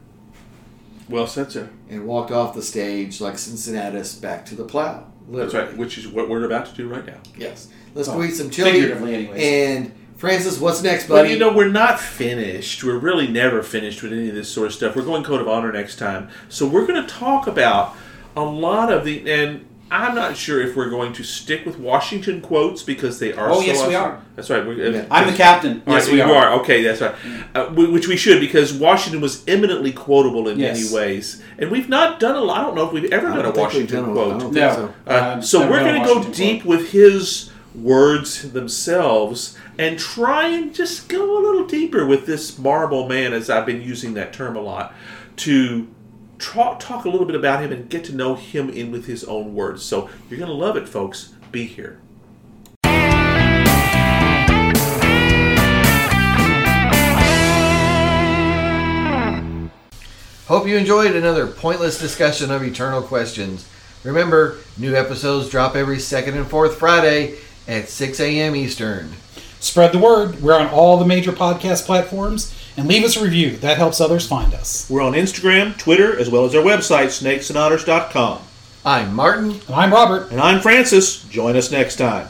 C: Well, that's it.
A: And walked off the stage like Cincinnatus back to the plow.
C: That's
A: Literally.
C: right. Which is what we're about to do right now.
A: Yes. Let's
B: Well,
A: go eat some chili.
B: figuratively anyways.
A: And Francis, what's next,
C: But
A: buddy?
C: you know, we're not finished. We're really never finished with any of this sort of stuff. We're going code of honor next time, so we're going to talk about a lot of the. And I'm not sure if we're going to stick with Washington quotes because they are.
B: Oh,
C: so
B: yes, we
C: awesome.
B: are.
C: That's right. We- uh,
A: Yeah.
B: I'm the captain.
C: All right,
B: yes, we
C: you
B: are.
C: are. Okay, that's right. Uh, wh- which we should because Washington was eminently quotable in
B: Yes.
C: many ways, and we've not done a lot. I don't know if we've ever
A: I
C: done a
A: don't think we've
C: Washington
A: done a- I
C: quote.
A: don't think
B: No.
A: so.
C: Uh,
B: I've
C: so
B: never
C: we're
B: done
C: going
B: a
C: to go
B: Washington
C: deep
B: quote.
C: with his words themselves and try and just go a little deeper with this marble man, as I've been using that term a lot, to tra- talk a little bit about him and get to know him in with his own words. So you're going to love it, folks. Be here.
A: Hope you enjoyed another pointless discussion of eternal questions. Remember, new episodes drop every second and fourth Friday at 6 a.m. Eastern.
B: Spread the word. We're on all the major podcast platforms and leave us a review. That helps others find us.
C: We're on Instagram, Twitter, as well as our website, snakesandotters.com.
A: I'm Martin.
B: And I'm Robert.
C: And I'm Francis. Join us next time.